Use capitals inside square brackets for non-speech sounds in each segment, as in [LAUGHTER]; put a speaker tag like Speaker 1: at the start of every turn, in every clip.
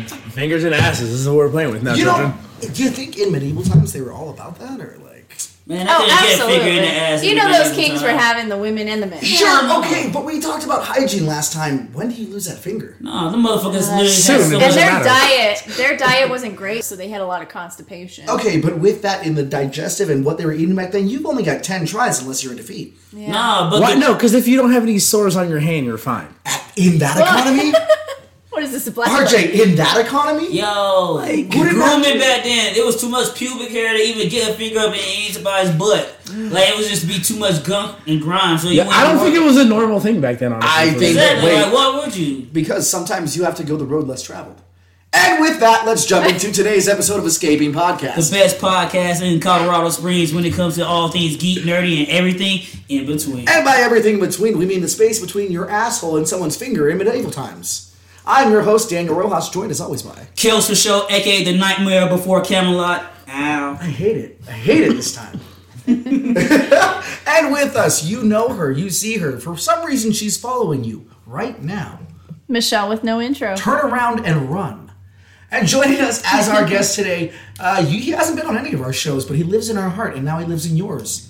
Speaker 1: fingers and asses. This is what we're playing with now,
Speaker 2: you
Speaker 1: children.
Speaker 2: don't. Do you think in medieval times they were all about that, or like?
Speaker 3: Man, I
Speaker 4: Oh,
Speaker 3: couldn't get a
Speaker 4: absolutely.
Speaker 3: figure in the ass.
Speaker 4: you
Speaker 3: every
Speaker 4: know
Speaker 3: damn
Speaker 4: those kings were
Speaker 3: time.
Speaker 4: having the women and the men.
Speaker 2: Sure, okay, but we talked about hygiene last time. When do you lose that finger?
Speaker 3: Nah, the motherfuckers
Speaker 4: Uh,
Speaker 3: literally
Speaker 1: Soon, it
Speaker 3: had
Speaker 4: And
Speaker 3: so
Speaker 1: doesn't
Speaker 4: their
Speaker 3: much.
Speaker 1: matter.
Speaker 4: diet, their diet wasn't great, so they had a lot of constipation.
Speaker 2: Okay, but with that in the digestive and what they were eating back then, you've only got ten tries unless you're in defeat.
Speaker 3: Nah, but
Speaker 1: What?
Speaker 3: the-
Speaker 1: No, because if you don't have any sores on your hand, you're fine.
Speaker 2: In that economy,
Speaker 4: What is this a black?
Speaker 2: RJ, in that economy,
Speaker 3: Yo,
Speaker 2: what did
Speaker 3: grooming
Speaker 2: that-
Speaker 3: back then, it was too much pubic hair to even get a finger up in anybody's butt. Like it was just be too much gunk and grime. So you
Speaker 1: Yeah, I don't think it was a normal thing back then. Honestly,
Speaker 2: I
Speaker 1: for
Speaker 2: think-
Speaker 1: them.
Speaker 3: Exactly.
Speaker 2: Wait.
Speaker 3: Like, why would you?
Speaker 2: because sometimes you have to go the road less traveled. And with that, let's jump into today's episode of Escaping
Speaker 3: The
Speaker 2: Podcast.
Speaker 3: best podcast in Colorado Springs when it comes to all things geek, nerdy, and everything in between.
Speaker 2: And by everything in between, we mean the space between your asshole and someone's finger in medieval times. I'm your host, Daniel Rojas, joined as always by.
Speaker 3: Kills for show, aka the nightmare before Camelot. Ow.
Speaker 2: I hate it. I hate it this time. [LAUGHS] and with us, you know her, you see her. For some reason, she's following you right now.
Speaker 4: Michelle with no intro.
Speaker 2: Turn around and run. And joining us as our guest today, uh, he hasn't been on any of our shows, but he lives in our heart, and now he lives in yours.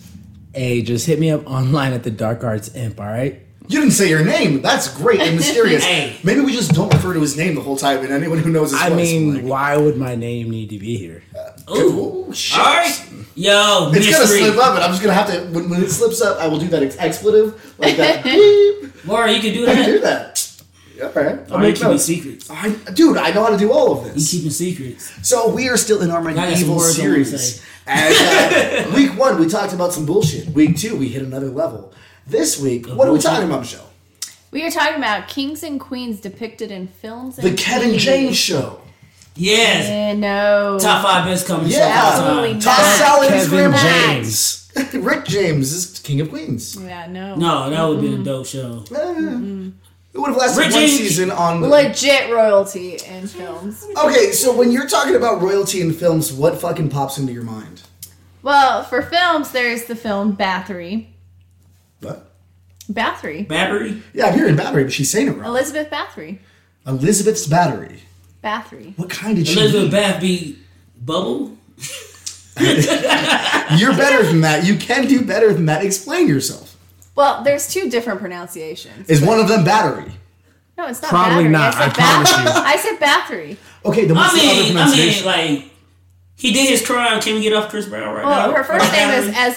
Speaker 1: Hey, just hit me up online at the Dark Arts Imp. All right.
Speaker 2: You didn't say your name. That's great and mysterious.
Speaker 3: Hey.
Speaker 2: Maybe we just don't refer to his name the whole time, and anyone who knows his
Speaker 1: I
Speaker 2: voice,
Speaker 1: mean,
Speaker 2: like,
Speaker 1: why would my name need to be here?
Speaker 3: Ooh.
Speaker 2: oh, shit.
Speaker 3: Alright. Yo,
Speaker 2: It's gonna
Speaker 3: mystery.
Speaker 2: slip up, and I'm just gonna have to. When, when it slips up, I will do that ex- expletive like that. beep.
Speaker 3: Mara, you can do
Speaker 2: I [LAUGHS] can do
Speaker 3: that.
Speaker 2: that. All right. I'll
Speaker 3: Mara, you
Speaker 2: make
Speaker 3: keeping
Speaker 2: notes.
Speaker 3: secrets.
Speaker 2: I, dude, I know how to do all of
Speaker 3: You
Speaker 2: this.
Speaker 3: keeping secrets.
Speaker 2: So we are still in our
Speaker 3: some
Speaker 2: medieval
Speaker 3: words I wanna
Speaker 2: series.
Speaker 3: say. [LAUGHS]
Speaker 2: And uh, week one, we talked about some bullshit. Week two, we hit another level. This week, what are we
Speaker 3: bullshit.
Speaker 2: talking about, Michelle?
Speaker 4: We are talking about kings and queens depicted in films. And
Speaker 2: The Kevin
Speaker 4: TV.
Speaker 2: James Show.
Speaker 3: Yes.
Speaker 4: Yeah, no.
Speaker 3: Top five best comedy shows
Speaker 2: Yeah,
Speaker 3: of all
Speaker 4: absolutely
Speaker 3: time.
Speaker 2: Toss
Speaker 4: not.
Speaker 2: salad is
Speaker 1: Kevin
Speaker 2: grandma.
Speaker 1: James.
Speaker 2: [LAUGHS] Rick James is King of Queens.
Speaker 4: Yeah, no.
Speaker 3: No, that would
Speaker 4: Mm-hmm.
Speaker 3: be a dope show.
Speaker 2: Eh, It would have lasted
Speaker 3: Mm-hmm. Rick
Speaker 2: one
Speaker 3: James-
Speaker 2: season on.
Speaker 4: Legit royalty in films.
Speaker 2: okay, so when you're talking about royalty in films, what fucking pops into your mind?
Speaker 4: Well, for films, there's the film Bathory.
Speaker 2: What?
Speaker 4: Bathory.
Speaker 3: Battery?
Speaker 2: Yeah, I'm hearing battery, but she's saying it wrong.
Speaker 4: Elizabeth Bathory.
Speaker 2: Elizabeth's battery.
Speaker 4: Bathory.
Speaker 2: What kind did she?
Speaker 3: Elizabeth
Speaker 2: need?
Speaker 3: Bath be Bubble?
Speaker 2: You're better than that. You can do better than that. Explain yourself.
Speaker 4: Well, there's two different pronunciations.
Speaker 2: Is one of them battery?
Speaker 4: No, it's not
Speaker 1: Probably
Speaker 4: Bathory.
Speaker 1: not,
Speaker 4: I, said
Speaker 1: I promise
Speaker 4: Bath-
Speaker 1: you.
Speaker 4: I said Bathory.
Speaker 2: Okay, then what's
Speaker 3: I mean,
Speaker 2: the
Speaker 3: I
Speaker 2: other
Speaker 3: mean,
Speaker 2: pronunciation?
Speaker 3: like, he did his crime. Can we get off Chris Brown right
Speaker 4: Well,
Speaker 3: now?
Speaker 4: Oh, her first
Speaker 3: Like,
Speaker 4: name is
Speaker 3: Battery?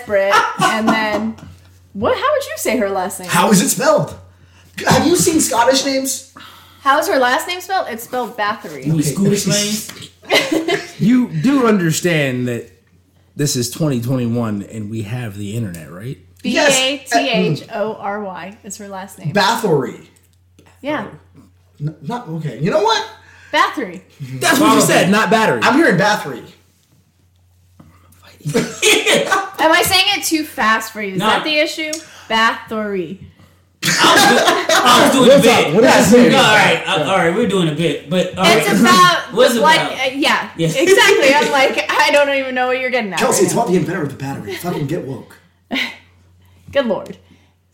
Speaker 3: [LAUGHS]
Speaker 4: Esbrit, and then what? How would you say her last name?
Speaker 2: How is it spelled? Have you seen Scottish names?
Speaker 4: How is her last name spelled? It's spelled Bathory.
Speaker 1: [LAUGHS]
Speaker 3: We Scooter Slanes?
Speaker 1: You do understand that this is 2021 and we have the internet, right?
Speaker 4: B a t h o r y is her last name.
Speaker 2: Bathory.
Speaker 4: Yeah,
Speaker 2: N- not okay. You know what?
Speaker 4: Bathory.
Speaker 1: That's what you said, not battery.
Speaker 2: I'm hearing bathory.
Speaker 4: Am I saying it too fast for you? Is
Speaker 3: No.
Speaker 4: that the issue? Bathory.
Speaker 3: [LAUGHS] I was doing a
Speaker 1: What's
Speaker 3: bit.
Speaker 1: up? What does this mean?
Speaker 3: No, all right, I- all right, we're doing a bit, but all right. [LAUGHS]
Speaker 4: It's about
Speaker 3: What's it
Speaker 4: the blood.
Speaker 3: about?
Speaker 4: uh, yeah,
Speaker 3: Yeah. [LAUGHS]
Speaker 4: exactly. I'm like, I don't even know what you're getting at. right
Speaker 2: Kelsey, it's
Speaker 4: now.
Speaker 2: not the inventor of the battery. Fucking get woke.
Speaker 4: Good lord.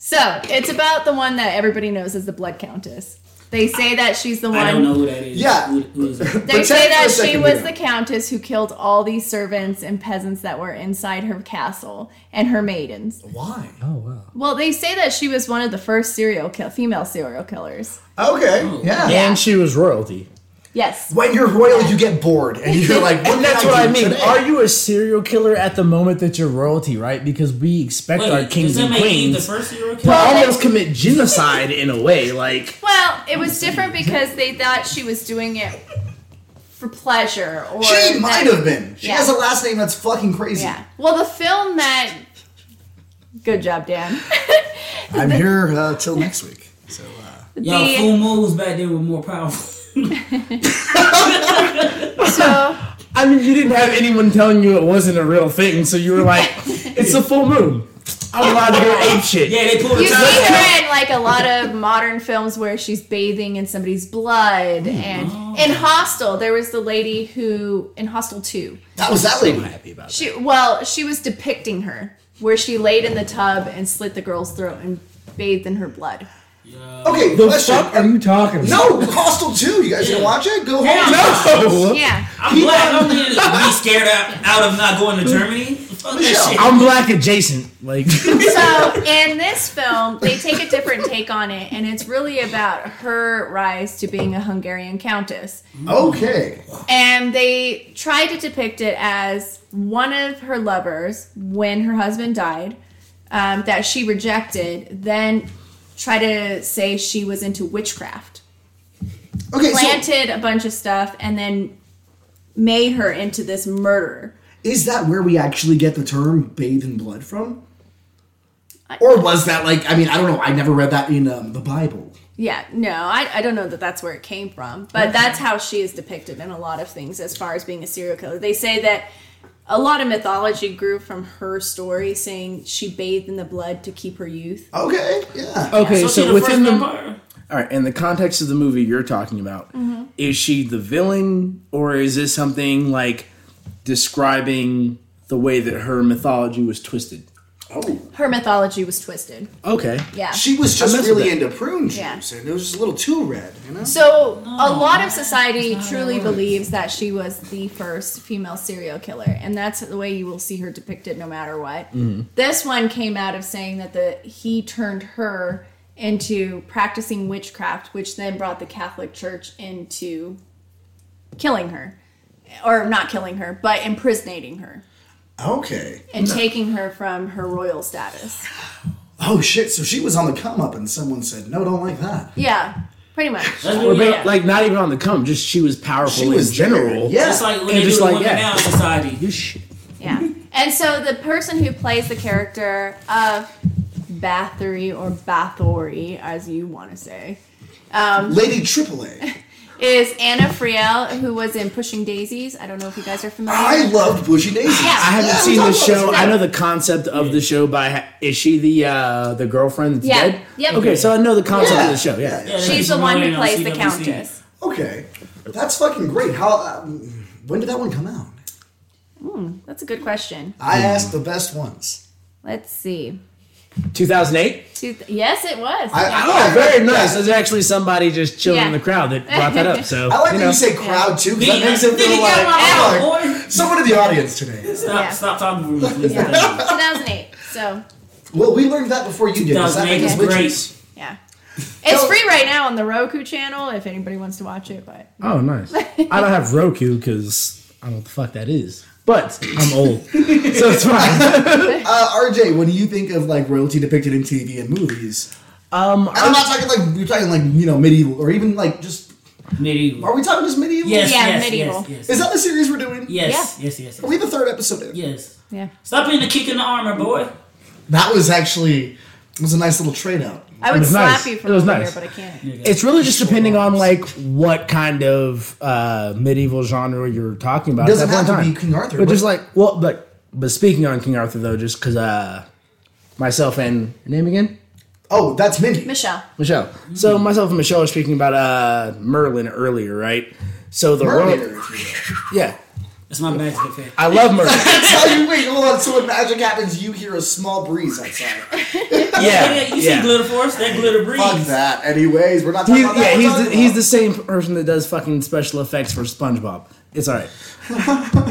Speaker 4: So it's about the one that everybody knows as the Blood Countess. They say that she's the one.
Speaker 3: I don't know who that is.
Speaker 2: Yeah.
Speaker 3: Who, who is that?
Speaker 4: [LAUGHS] They
Speaker 2: But
Speaker 4: say
Speaker 2: check for a
Speaker 4: that she
Speaker 2: second
Speaker 4: was
Speaker 2: here.
Speaker 4: the countess who killed all these servants and peasants that were inside her castle and her maidens.
Speaker 2: Why?
Speaker 1: oh wow.
Speaker 4: Well, they say that she was one of the first serial kill- female serial killers.
Speaker 2: Okay.
Speaker 3: Oh,
Speaker 2: Yeah.
Speaker 1: And she was royalty.
Speaker 4: Yes.
Speaker 2: When you're royal, you get bored,
Speaker 1: [LAUGHS]
Speaker 2: and you're like,
Speaker 1: And that's
Speaker 2: can
Speaker 1: what I
Speaker 2: do
Speaker 1: mean.
Speaker 2: today?
Speaker 1: Are you a serial killer at the moment that you're royalty, right? Because we expect our
Speaker 3: Wait,
Speaker 1: kings
Speaker 3: does that
Speaker 1: and
Speaker 3: make Eve the
Speaker 1: queens
Speaker 3: first serial
Speaker 1: to
Speaker 3: killer?
Speaker 4: Well,
Speaker 1: almost commit genocide in a way. Like,
Speaker 4: Well, it was different because they thought she was doing it for pleasure or
Speaker 2: She
Speaker 4: that-
Speaker 2: might have been. She
Speaker 4: Yeah.
Speaker 2: has a last name that's fucking crazy.
Speaker 4: Yeah. Well, the film that Good job, Dan.
Speaker 2: I'm here uh, till next week. So uh,
Speaker 3: Y'all
Speaker 4: The-
Speaker 3: fool moves back then were more powerful.
Speaker 4: so
Speaker 1: I mean, you didn't have anyone telling you it wasn't a real thing, so you were [LAUGHS] like, "It's a full moon. I'm allowed to [LAUGHS] go ape shit."
Speaker 3: [LAUGHS] Yeah, they pulled the
Speaker 4: You see
Speaker 3: time.
Speaker 4: her in like a lot of modern films where she's bathing in somebody's blood, and in Hostel there was the lady who in Hostel Two,
Speaker 2: that was that lady.
Speaker 1: happy about
Speaker 4: she well she was depicting her where she laid in the tub and slit the girl's throat and bathed in her blood.
Speaker 2: Okay,
Speaker 1: The
Speaker 2: question.
Speaker 1: fuck are you talking about?
Speaker 2: No, Hostel 2. You guys
Speaker 3: Yeah.
Speaker 2: gonna watch it? Go
Speaker 3: Yeah.
Speaker 2: home.
Speaker 1: No!
Speaker 4: Yeah.
Speaker 3: I'm black. I'm
Speaker 2: [LAUGHS]
Speaker 3: gonna be scared out, out of not going to Germany. Fuck that
Speaker 2: Michelle,
Speaker 1: [LAUGHS]
Speaker 3: shit.
Speaker 1: I'm black adjacent.
Speaker 3: [LAUGHS]
Speaker 1: Like,
Speaker 4: So in this film, they take a different take on it, and it's really about her rise to being a Hungarian countess.
Speaker 2: Okay.
Speaker 4: And they tried to depict it as one of her lovers, when her husband died, um, that she rejected, then try to say she was into witchcraft,
Speaker 2: Okay, so
Speaker 4: planted a bunch of stuff, and then made her into this murderer.
Speaker 2: is that where we actually get the term bathe in blood from? Or was that like, I mean, I don't know. I never read that in um, the Bible.
Speaker 4: Yeah, no, I, I don't know that that's where it came from, but that's how she is depicted in a lot of things as far as being a serial killer. They say that a lot of mythology grew from her story, saying she bathed in the blood to keep her youth.
Speaker 2: Okay, yeah.
Speaker 1: okay,
Speaker 3: So,
Speaker 1: so,
Speaker 3: she the
Speaker 1: within the
Speaker 3: first vampire.
Speaker 1: all right, in the context of the movie you're talking about,
Speaker 4: Mm-hmm.
Speaker 1: is she the villain or is this something like describing the way that her mythology was twisted?
Speaker 2: Oh.
Speaker 4: Her mythology was twisted.
Speaker 1: Okay,
Speaker 4: Yeah.
Speaker 2: She was just
Speaker 1: I messed
Speaker 2: really
Speaker 1: with
Speaker 2: into prune juice,
Speaker 4: Yeah.
Speaker 2: and it was just a little too red, you know?
Speaker 4: so a lot of society truly believes that she was the first female serial killer, and that's the way you will see her depicted no matter what.
Speaker 2: Mm-hmm.
Speaker 4: This one came out of saying that the he turned her into practicing witchcraft, which then brought the Catholic Church into killing her. Or not killing her, but imprisoning her
Speaker 2: Okay.
Speaker 4: and taking her from her royal status.
Speaker 2: Oh shit! So she was on the come up, and someone said, "No, don't like that."
Speaker 4: Yeah, pretty much.
Speaker 3: [LAUGHS] That's
Speaker 1: Or
Speaker 3: what
Speaker 1: ba-
Speaker 3: we
Speaker 1: like not even on the come, just she was powerful
Speaker 2: She
Speaker 1: in
Speaker 2: was
Speaker 1: general.
Speaker 2: there, yeah.
Speaker 3: Just like
Speaker 1: And
Speaker 3: when they
Speaker 1: just
Speaker 3: do
Speaker 1: like,
Speaker 3: the women
Speaker 1: yeah.
Speaker 3: now in society.
Speaker 1: You shit.
Speaker 4: Yeah. [LAUGHS] And so the person who plays the character of Bathory or Bathory, as you want to say, Um,
Speaker 2: Lady Triple A.
Speaker 4: is Anna Friel, who was in Pushing Daisies. I don't know if you guys are familiar.
Speaker 2: I loved Bushy Daisy.
Speaker 4: Yeah.
Speaker 1: I haven't
Speaker 2: Yeah,
Speaker 1: seen
Speaker 2: we
Speaker 1: the
Speaker 2: talked about
Speaker 1: show.
Speaker 2: this.
Speaker 1: I know the concept of the show by ha- is she the uh the girlfriend that's
Speaker 4: Yeah.
Speaker 1: dead?
Speaker 4: Yep.
Speaker 1: Okay, so I know the concept
Speaker 2: Yeah.
Speaker 1: of the show. Yeah.
Speaker 2: Yeah.
Speaker 4: She's the one who plays the Countess.
Speaker 2: Okay, that's fucking great. How? Uh, when did that one come out?
Speaker 4: That's a good question.
Speaker 2: I
Speaker 1: Hmm.
Speaker 2: asked the best ones.
Speaker 4: Let's see.
Speaker 1: 2008.
Speaker 4: Two th- yes, it was.
Speaker 2: I,
Speaker 4: Yeah.
Speaker 2: I,
Speaker 1: Oh,
Speaker 2: I-
Speaker 1: very
Speaker 2: yeah.
Speaker 1: nice. There's actually somebody just chilling in
Speaker 4: Yeah.
Speaker 1: the crowd that brought that up. So
Speaker 2: [LAUGHS] I like
Speaker 1: you
Speaker 2: that
Speaker 1: know.
Speaker 2: you say crowd too, because that
Speaker 3: Did-
Speaker 2: makes it
Speaker 3: did
Speaker 2: feel
Speaker 3: you
Speaker 2: like,
Speaker 3: get my
Speaker 2: oh,
Speaker 3: out,
Speaker 2: like,
Speaker 3: boy?
Speaker 2: someone in the audience today.
Speaker 3: Stop,
Speaker 4: [LAUGHS] Yeah.
Speaker 3: stop talking for me, please.
Speaker 4: 2008. So,
Speaker 2: Well, we learned that before you did. Does that
Speaker 3: 2008
Speaker 2: make us
Speaker 3: is
Speaker 2: witches? [LAUGHS]
Speaker 3: great.
Speaker 4: yeah. It's free right now on the Roku channel if anybody wants to watch it, but
Speaker 1: Oh, nice. I don't have Roku because I don't know what the fuck that is. But I'm old, so it's fine.
Speaker 2: Uh, RJ, when you think of like royalty depicted in TV and movies,
Speaker 1: Um,
Speaker 2: and I'm not talking like you're talking like you know medieval or even like just
Speaker 3: Medieval.
Speaker 2: are we talking just medieval?
Speaker 3: Yes,
Speaker 4: Yeah,
Speaker 3: yes,
Speaker 4: medieval.
Speaker 3: Yes,
Speaker 2: Is
Speaker 3: yes,
Speaker 2: that the series we're doing?
Speaker 3: yes, yes, yes,
Speaker 2: Are we
Speaker 3: yes,
Speaker 2: the third episode in?
Speaker 3: yes.
Speaker 4: yeah.
Speaker 3: Stop being the kick in the armor, boy.
Speaker 2: That was actually it was a nice little trade out.
Speaker 4: I
Speaker 1: It
Speaker 4: would
Speaker 1: was
Speaker 4: slap
Speaker 1: nice.
Speaker 4: you for
Speaker 1: It was
Speaker 4: over
Speaker 1: nice.
Speaker 4: here, but I can't.
Speaker 1: it's really just depending on like what kind of uh, medieval genre you're talking about. at
Speaker 2: Doesn't
Speaker 1: that point
Speaker 2: have to
Speaker 1: in time.
Speaker 2: be King Arthur,
Speaker 1: but
Speaker 2: but-
Speaker 1: just like well, but but speaking on King Arthur though, just because uh, myself and your name again.
Speaker 2: Oh, that's Mindy.
Speaker 4: Michelle.
Speaker 1: Michelle. So myself and Michelle were speaking about uh, Merlin earlier, right? So the
Speaker 2: Mermaid.
Speaker 1: royal, yeah,
Speaker 3: That's my magic effect.
Speaker 1: I love Merlin.
Speaker 2: That's how you wait. Hold on. So when magic happens, you hear a small breeze outside.
Speaker 1: yeah,
Speaker 3: you see
Speaker 1: yeah.
Speaker 3: glitter force? That glitter breeze.
Speaker 2: Fuck that. Anyways, we're not talking
Speaker 1: He's,
Speaker 2: about
Speaker 1: yeah,
Speaker 2: that.
Speaker 1: he's the, he's the same person that does fucking special effects for SpongeBob. It's all right.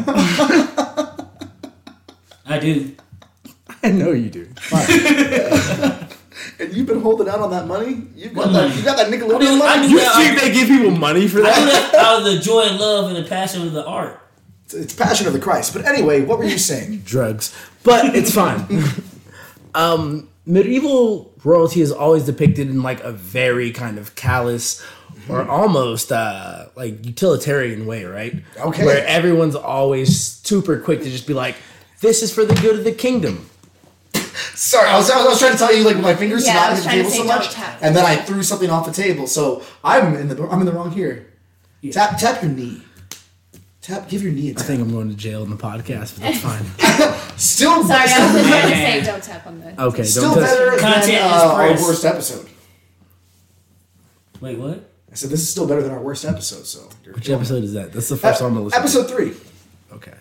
Speaker 3: I do.
Speaker 1: I know you do. [LAUGHS]
Speaker 2: the. And you've been holding out on that money. You've got
Speaker 3: What
Speaker 2: that.
Speaker 3: money?
Speaker 2: You got that
Speaker 3: I do-
Speaker 2: Nickelodeon
Speaker 3: I
Speaker 2: money.
Speaker 3: do-
Speaker 1: You think they give people money for
Speaker 3: I do
Speaker 1: that?
Speaker 3: that [LAUGHS] out of the joy and love and the passion of the art.
Speaker 2: It's, it's Passion of the Christ. But anyway, what were you saying?
Speaker 1: [LAUGHS] Drugs, but it's fine. [LAUGHS] um, medieval royalty is always depicted in like a very kind of callous or almost uh, like utilitarian way, right?
Speaker 2: Okay.
Speaker 1: where everyone's always super quick to just be like, "This is for the good of the kingdom."
Speaker 2: Sorry, I was, I was, I was trying to tell you like my fingers
Speaker 4: Yeah, I
Speaker 2: yeah,
Speaker 4: was
Speaker 2: not
Speaker 4: trying
Speaker 2: hit the
Speaker 4: to
Speaker 2: table so
Speaker 4: say
Speaker 2: much,
Speaker 4: don't tap.
Speaker 2: and then I threw something off the table. So I'm in the I'm in the wrong here. Tap tap your knee. Tap. Give your knee a
Speaker 1: I
Speaker 2: tap.
Speaker 1: think I'm going to jail in the podcast, but that's [LAUGHS] fine.
Speaker 2: Still
Speaker 4: Sorry, I was going to say
Speaker 3: Yeah.
Speaker 4: don't tap
Speaker 1: [LAUGHS]
Speaker 4: on the.
Speaker 1: Okay,
Speaker 2: Still
Speaker 1: don't touch-
Speaker 2: better
Speaker 3: Content
Speaker 2: than
Speaker 3: is
Speaker 2: uh, our
Speaker 3: press.
Speaker 2: worst episode.
Speaker 3: Wait, what?
Speaker 2: I said this is still better than our worst episode. So you're
Speaker 1: Which episode is that? That's the first one I'm listening.
Speaker 2: episode three.
Speaker 1: Okay,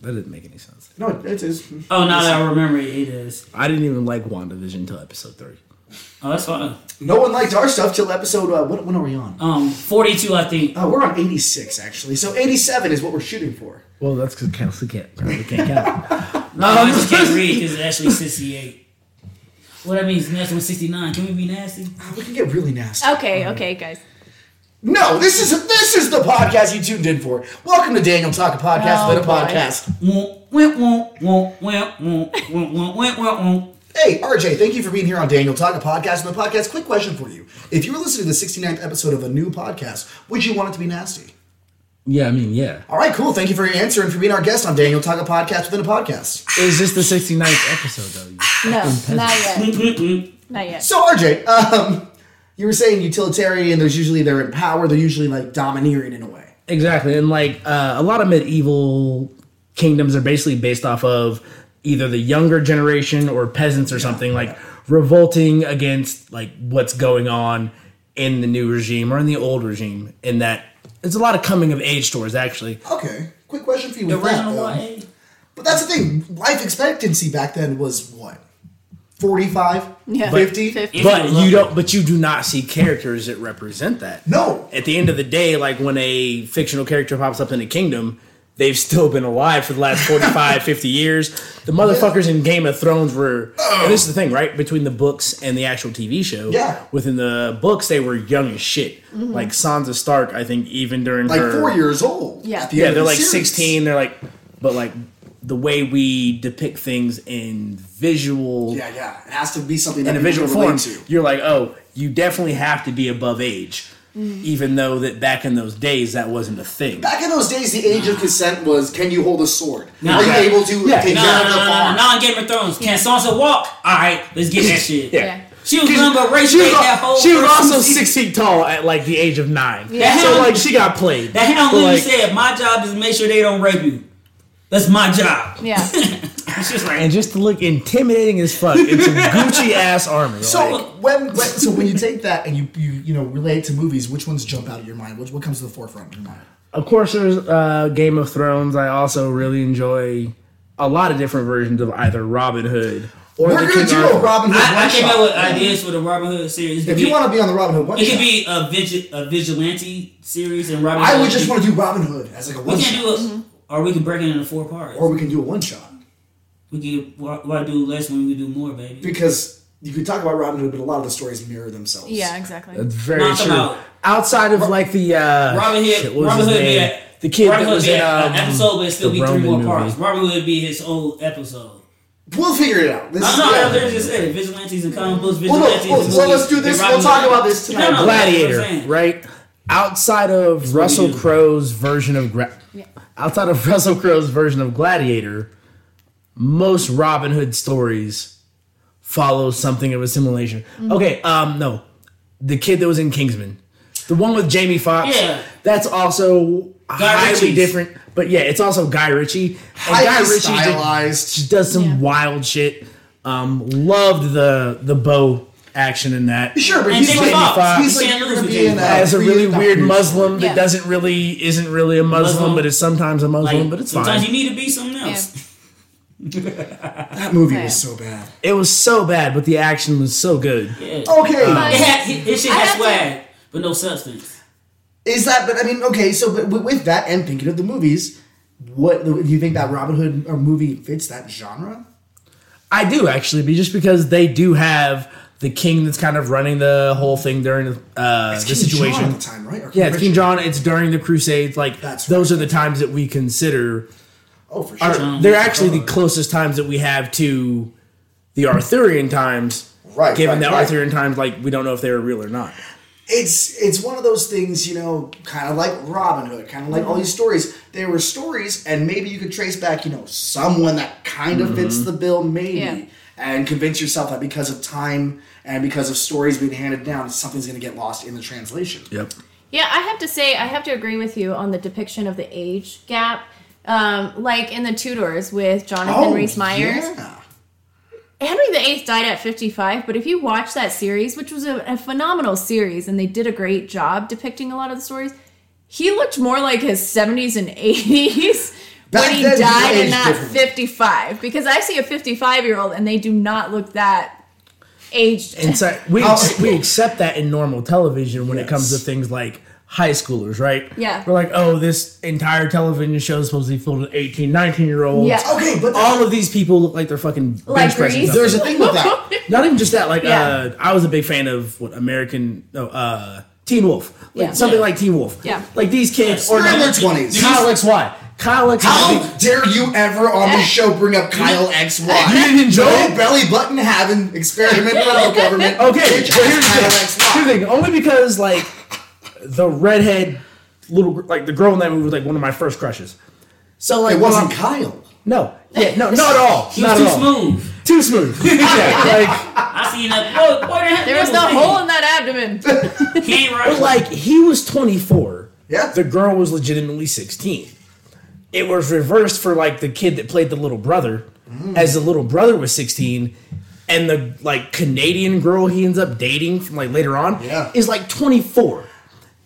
Speaker 1: that didn't make any sense.
Speaker 2: No, it is.
Speaker 3: Oh, now that I remember it, it is.
Speaker 1: I didn't even like WandaVision until episode three.
Speaker 3: Oh, that's fine.
Speaker 2: No one liked our stuff till episode. Uh, what, when are we on?
Speaker 3: Um, 42, I think.
Speaker 2: Uh, we're on 86 actually, so 87 is what we're shooting for.
Speaker 1: Well, that's because Kelsey can't probably can't count.
Speaker 3: [LAUGHS] No, I just can't read because it's actually 68. Well, that means next one's 69. Can we be nasty?
Speaker 2: Uh, We can get really nasty.
Speaker 4: Okay, okay, guys.
Speaker 2: No, this is this is the podcast you tuned in for. Welcome to Daniel Talk, a podcast
Speaker 4: Oh,
Speaker 2: within a
Speaker 4: boy.
Speaker 2: podcast.
Speaker 3: Womp, womp, womp, womp, womp, womp, womp, womp, womp, womp, womp.
Speaker 2: Hey, RJ, thank you for being here on Daniel Talk, a podcast and the podcast. Quick question for you. If you were listening to the 69th episode of a new podcast, would you want it to be nasty?
Speaker 1: yeah, I mean, yeah.
Speaker 2: All right, cool. Thank you for your answer and for being our guest on Daniel Talk, a podcast within a podcast.
Speaker 1: Is this the 69th episode though? You [LAUGHS]
Speaker 4: No,
Speaker 1: fucking
Speaker 4: not
Speaker 1: peasant.
Speaker 4: yet. Not yet.
Speaker 2: So, RJ, um, you were saying utilitarian, there's usually, they're in power, they're usually like domineering in a way.
Speaker 1: Exactly, and like uh, a lot of medieval kingdoms are basically based off of either the younger generation or peasants or something like revolting against like what's going on in the new regime or in the old regime. In that, it's a lot of coming of age stories actually.
Speaker 2: Okay, quick question for you.
Speaker 3: The
Speaker 2: With that,
Speaker 3: original
Speaker 2: though.
Speaker 3: one.
Speaker 2: But that's the thing, life expectancy back then was what? 45?
Speaker 4: Yeah.
Speaker 2: 50?
Speaker 4: 50.
Speaker 1: But
Speaker 3: love
Speaker 1: you don't. But you do not see characters that represent that.
Speaker 2: No.
Speaker 1: At the end of the day, like when a fictional character pops up in a kingdom, they've still been alive for the last
Speaker 2: [LAUGHS]
Speaker 1: 45, 50 years. The motherfuckers in Game of Thrones were. And this is the thing, right? Between the books and the actual TV show.
Speaker 2: Oh. Yeah. Mm-hmm.
Speaker 1: Within the books, they were young as shit. Like Sansa Stark, I think, even during
Speaker 2: Like
Speaker 1: her
Speaker 2: four years old.
Speaker 4: Yeah.
Speaker 2: at the
Speaker 1: yeah,
Speaker 2: end
Speaker 1: they're
Speaker 2: of the
Speaker 1: like
Speaker 2: series.
Speaker 1: 16. They're like, but like the way we depict things in visual
Speaker 2: Yeah, yeah. It has to be something
Speaker 1: in
Speaker 2: that
Speaker 1: a visual form,
Speaker 2: relate to.
Speaker 1: you're like, oh, you definitely have to be above age, even though that back in those days that wasn't a thing.
Speaker 2: Mm-hmm. Back in those days, the age of consent was can you hold a sword?
Speaker 3: No.
Speaker 2: Are you
Speaker 3: Yeah.
Speaker 2: able to
Speaker 1: Yeah.
Speaker 2: take
Speaker 3: No,
Speaker 2: care
Speaker 3: no,
Speaker 2: of
Speaker 3: no,
Speaker 2: the
Speaker 3: no, no,
Speaker 2: farm?
Speaker 3: not in Game of Thrones. Can Sansa walk? All right, let's [LAUGHS] get that shit.
Speaker 1: Yeah.
Speaker 4: Yeah.
Speaker 3: She was none but race
Speaker 1: She was,
Speaker 3: bait that whole.
Speaker 1: she was
Speaker 3: first
Speaker 1: also
Speaker 3: season.
Speaker 1: six feet tall at like the age of nine.
Speaker 4: Yeah.
Speaker 1: So like she got played.
Speaker 3: That hound
Speaker 1: But,
Speaker 3: literally
Speaker 1: like,
Speaker 3: said, "My job is to make sure they don't rape you. That's my job." [LAUGHS]
Speaker 4: Yeah.
Speaker 3: It's just like
Speaker 1: And
Speaker 3: [LAUGHS]
Speaker 1: just to look intimidating as fuck, it's
Speaker 2: [LAUGHS]
Speaker 1: some Gucci ass armor. like,
Speaker 2: So when, when so when you take that and you you you know relate it to movies, which ones jump out of your mind? Which what comes to the forefront of your mind?
Speaker 1: of course, there's uh, Game of Thrones. I also really enjoy a lot of different versions of either Robin Hood or
Speaker 2: We're
Speaker 1: the
Speaker 2: gonna
Speaker 1: King
Speaker 2: do a
Speaker 1: Arthur.
Speaker 2: Robin Hood
Speaker 3: I,
Speaker 2: one
Speaker 3: I came up
Speaker 2: shot.
Speaker 3: with ideas for the Robin Hood series.
Speaker 2: If you want to be on the Robin Hood one
Speaker 3: it could
Speaker 2: shot,
Speaker 3: be a, vigi- a vigilante series and Robin.
Speaker 2: I
Speaker 3: Hood.
Speaker 2: would just want to do Robin Hood as like a one
Speaker 3: We can do
Speaker 2: shot,
Speaker 3: it, or we can break it into four parts.
Speaker 2: or we can do a one shot
Speaker 3: we can why, why do less when we do more, baby.
Speaker 2: because you could talk about Robin Hood, but a lot of the stories mirror themselves.
Speaker 4: Yeah, exactly.
Speaker 1: That's very
Speaker 3: Knock 'em
Speaker 1: true.
Speaker 3: out.
Speaker 1: Outside of like the uh,
Speaker 3: Robin Hood.
Speaker 1: shit, what was
Speaker 3: Robin
Speaker 1: his
Speaker 3: Hood be
Speaker 1: name?
Speaker 3: a,
Speaker 1: the kid
Speaker 3: Robin
Speaker 1: that
Speaker 3: Hood
Speaker 1: was
Speaker 3: be
Speaker 1: in
Speaker 3: a-
Speaker 1: um,
Speaker 3: an episode, but still
Speaker 1: the
Speaker 3: be three
Speaker 1: Roman
Speaker 3: more
Speaker 1: movie.
Speaker 3: parts. Robin Hood be his own episode.
Speaker 2: We'll figure it out. This
Speaker 3: No,
Speaker 2: is-
Speaker 3: no,
Speaker 2: yeah.
Speaker 3: I literally just said it. vigilantes and comic books.
Speaker 2: Well, no,
Speaker 3: Vigilantes.
Speaker 2: well,
Speaker 3: and
Speaker 2: so let's
Speaker 3: movies,
Speaker 2: do this.
Speaker 3: and
Speaker 2: We'll
Speaker 3: Robin
Speaker 2: talk
Speaker 3: Hood.
Speaker 2: about this tonight.
Speaker 3: No, no, that's what I'm
Speaker 1: Gladiator,
Speaker 3: saying.
Speaker 1: right? Outside of Russell
Speaker 3: do.
Speaker 1: Crowe's version of Gra- outside of [LAUGHS] Russell Crowe's version of Gladiator, most Robin Hood stories follow something of assimilation. Okay, um, no, the kid that was in Kingsman, the one with Jamie Foxx.
Speaker 3: Yeah.
Speaker 1: that's also highly
Speaker 3: Ritchie's.
Speaker 1: different. But yeah, it's also Guy Ritchie. And Guy
Speaker 2: Highly
Speaker 1: Ritchie did-
Speaker 2: stylized.
Speaker 1: she does some
Speaker 4: Yeah.
Speaker 1: wild shit. Um, loved the the bow action in that.
Speaker 2: Sure, but
Speaker 3: And
Speaker 2: he's
Speaker 3: Jamie
Speaker 2: like,
Speaker 3: Foxx.
Speaker 2: he's
Speaker 3: You
Speaker 2: like
Speaker 3: can't lose
Speaker 2: gonna
Speaker 3: with
Speaker 2: be
Speaker 3: Jamie
Speaker 2: in
Speaker 3: Foxx.
Speaker 2: that
Speaker 1: As a really weird Muslim
Speaker 4: Yeah.
Speaker 1: that doesn't really isn't really a Muslim,
Speaker 3: Muslim.
Speaker 1: but is sometimes a Muslim,
Speaker 3: Like,
Speaker 1: but it's
Speaker 3: sometimes
Speaker 1: fine.
Speaker 3: you need to be something else.
Speaker 2: That movie
Speaker 4: Yeah.
Speaker 2: was so bad.
Speaker 1: it was so bad, but the action was so good.
Speaker 2: Okay,
Speaker 4: But-
Speaker 3: It had, it, it shit
Speaker 4: I
Speaker 3: had
Speaker 4: have to-
Speaker 3: swag, but no substance.
Speaker 2: is that? But I mean, okay. So but with, with that, and thinking of the movies, what do you think that Robin Hood or movie fits that
Speaker 1: Uh,
Speaker 2: genre?
Speaker 1: I do actually, be just because they do have the king that's kind of running the whole thing during uh, the
Speaker 2: King
Speaker 1: situation.
Speaker 2: John at the time, right? Or
Speaker 1: Yeah, it's King
Speaker 2: Richard?
Speaker 1: John. It's during the Crusades. Like
Speaker 2: That's
Speaker 1: those are the times that we consider
Speaker 2: Oh, for
Speaker 1: are-
Speaker 2: sure.
Speaker 1: they're actually the closest times that we have to the Arthurian times.
Speaker 2: Right,
Speaker 1: Given
Speaker 2: right,
Speaker 1: that
Speaker 2: right.
Speaker 1: Arthurian times, like we don't know if they were real or not.
Speaker 2: it's it's one of those things, you know, kind of like Robin Hood, kind of like all these
Speaker 1: Mm-hmm.
Speaker 2: stories. They were stories, and maybe you could trace back, you know, someone that kind
Speaker 1: Mm-hmm.
Speaker 2: of fits the bill, maybe,
Speaker 4: Yeah.
Speaker 2: and convince yourself that because of time and because of stories being handed down, something's going to get lost in the translation.
Speaker 1: Yep.
Speaker 4: Yeah, I have to say, I have to agree with you on the depiction of the age gap. Um, like in the Tudors with Jonathan
Speaker 1: Oh,
Speaker 4: Rhys Meyers.
Speaker 2: Oh, yeah.
Speaker 4: Henry VIII died at 55, but if you watch that series, which was a, a phenomenal series, and they did a great job depicting a lot of the stories, he looked more like his 70s
Speaker 2: [LAUGHS]
Speaker 4: and 80s
Speaker 2: Back
Speaker 4: when he
Speaker 2: then, he
Speaker 4: died
Speaker 2: aged
Speaker 4: and not
Speaker 2: differently.
Speaker 4: 55. Because I see a 55 year old and they do not look that aged.
Speaker 1: And
Speaker 4: [LAUGHS]
Speaker 1: so we ex- we accept that in normal television when it comes to things like high schoolers, right?
Speaker 4: Yeah.
Speaker 1: We're like, oh, this entire television show is supposed to be filled with 18, 19 year olds.
Speaker 4: Yeah.
Speaker 2: Okay, but
Speaker 1: All of these people look like they're fucking bench
Speaker 4: Like
Speaker 1: pressing
Speaker 4: Grease.
Speaker 1: something.
Speaker 2: there's a thing with [LAUGHS] that.
Speaker 1: Not even just that. Like,
Speaker 4: Yeah.
Speaker 1: uh, I was a big fan of what American, no, uh, Teen Wolf. Like,
Speaker 4: Yeah.
Speaker 1: Something
Speaker 3: Yeah.
Speaker 1: like Teen Wolf.
Speaker 4: Yeah.
Speaker 1: Like these kids,
Speaker 2: They're
Speaker 1: or
Speaker 2: in
Speaker 1: no,
Speaker 2: their twenties.
Speaker 1: Kyle X Y. Kyle X
Speaker 2: How
Speaker 1: Y.
Speaker 2: dare you ever on the show bring up Kyle X Y?
Speaker 1: You didn't enjoy
Speaker 2: no
Speaker 1: it?
Speaker 2: belly button having experiment
Speaker 1: [LAUGHS]
Speaker 2: federal government.
Speaker 1: Okay,
Speaker 2: bitch,
Speaker 1: well, here's the
Speaker 2: Kyle
Speaker 1: thing.
Speaker 2: XY.
Speaker 1: Here's the thing. Only because like the redhead little gr- like the girl in that movie was like one of my first crushes. So like
Speaker 2: It wasn't
Speaker 1: when I-
Speaker 2: Kyle.
Speaker 1: no, yeah, no, not at all.
Speaker 3: He
Speaker 1: not
Speaker 3: was
Speaker 1: at
Speaker 3: too
Speaker 1: all.
Speaker 3: smooth.
Speaker 1: Too smooth. yeah,
Speaker 3: I seen that. Boy, boy, that
Speaker 4: There was no
Speaker 3: that
Speaker 4: hole in
Speaker 2: [LAUGHS]
Speaker 4: that abdomen.
Speaker 3: thing. He ain't
Speaker 1: like
Speaker 3: right.
Speaker 1: like he was 24.
Speaker 2: Yeah.
Speaker 1: the girl was legitimately 16. It was reversed for like the kid that played the little brother, as the little brother was 16. And the like Canadian girl he ends up dating from like later on
Speaker 2: Yeah.
Speaker 1: is like 24,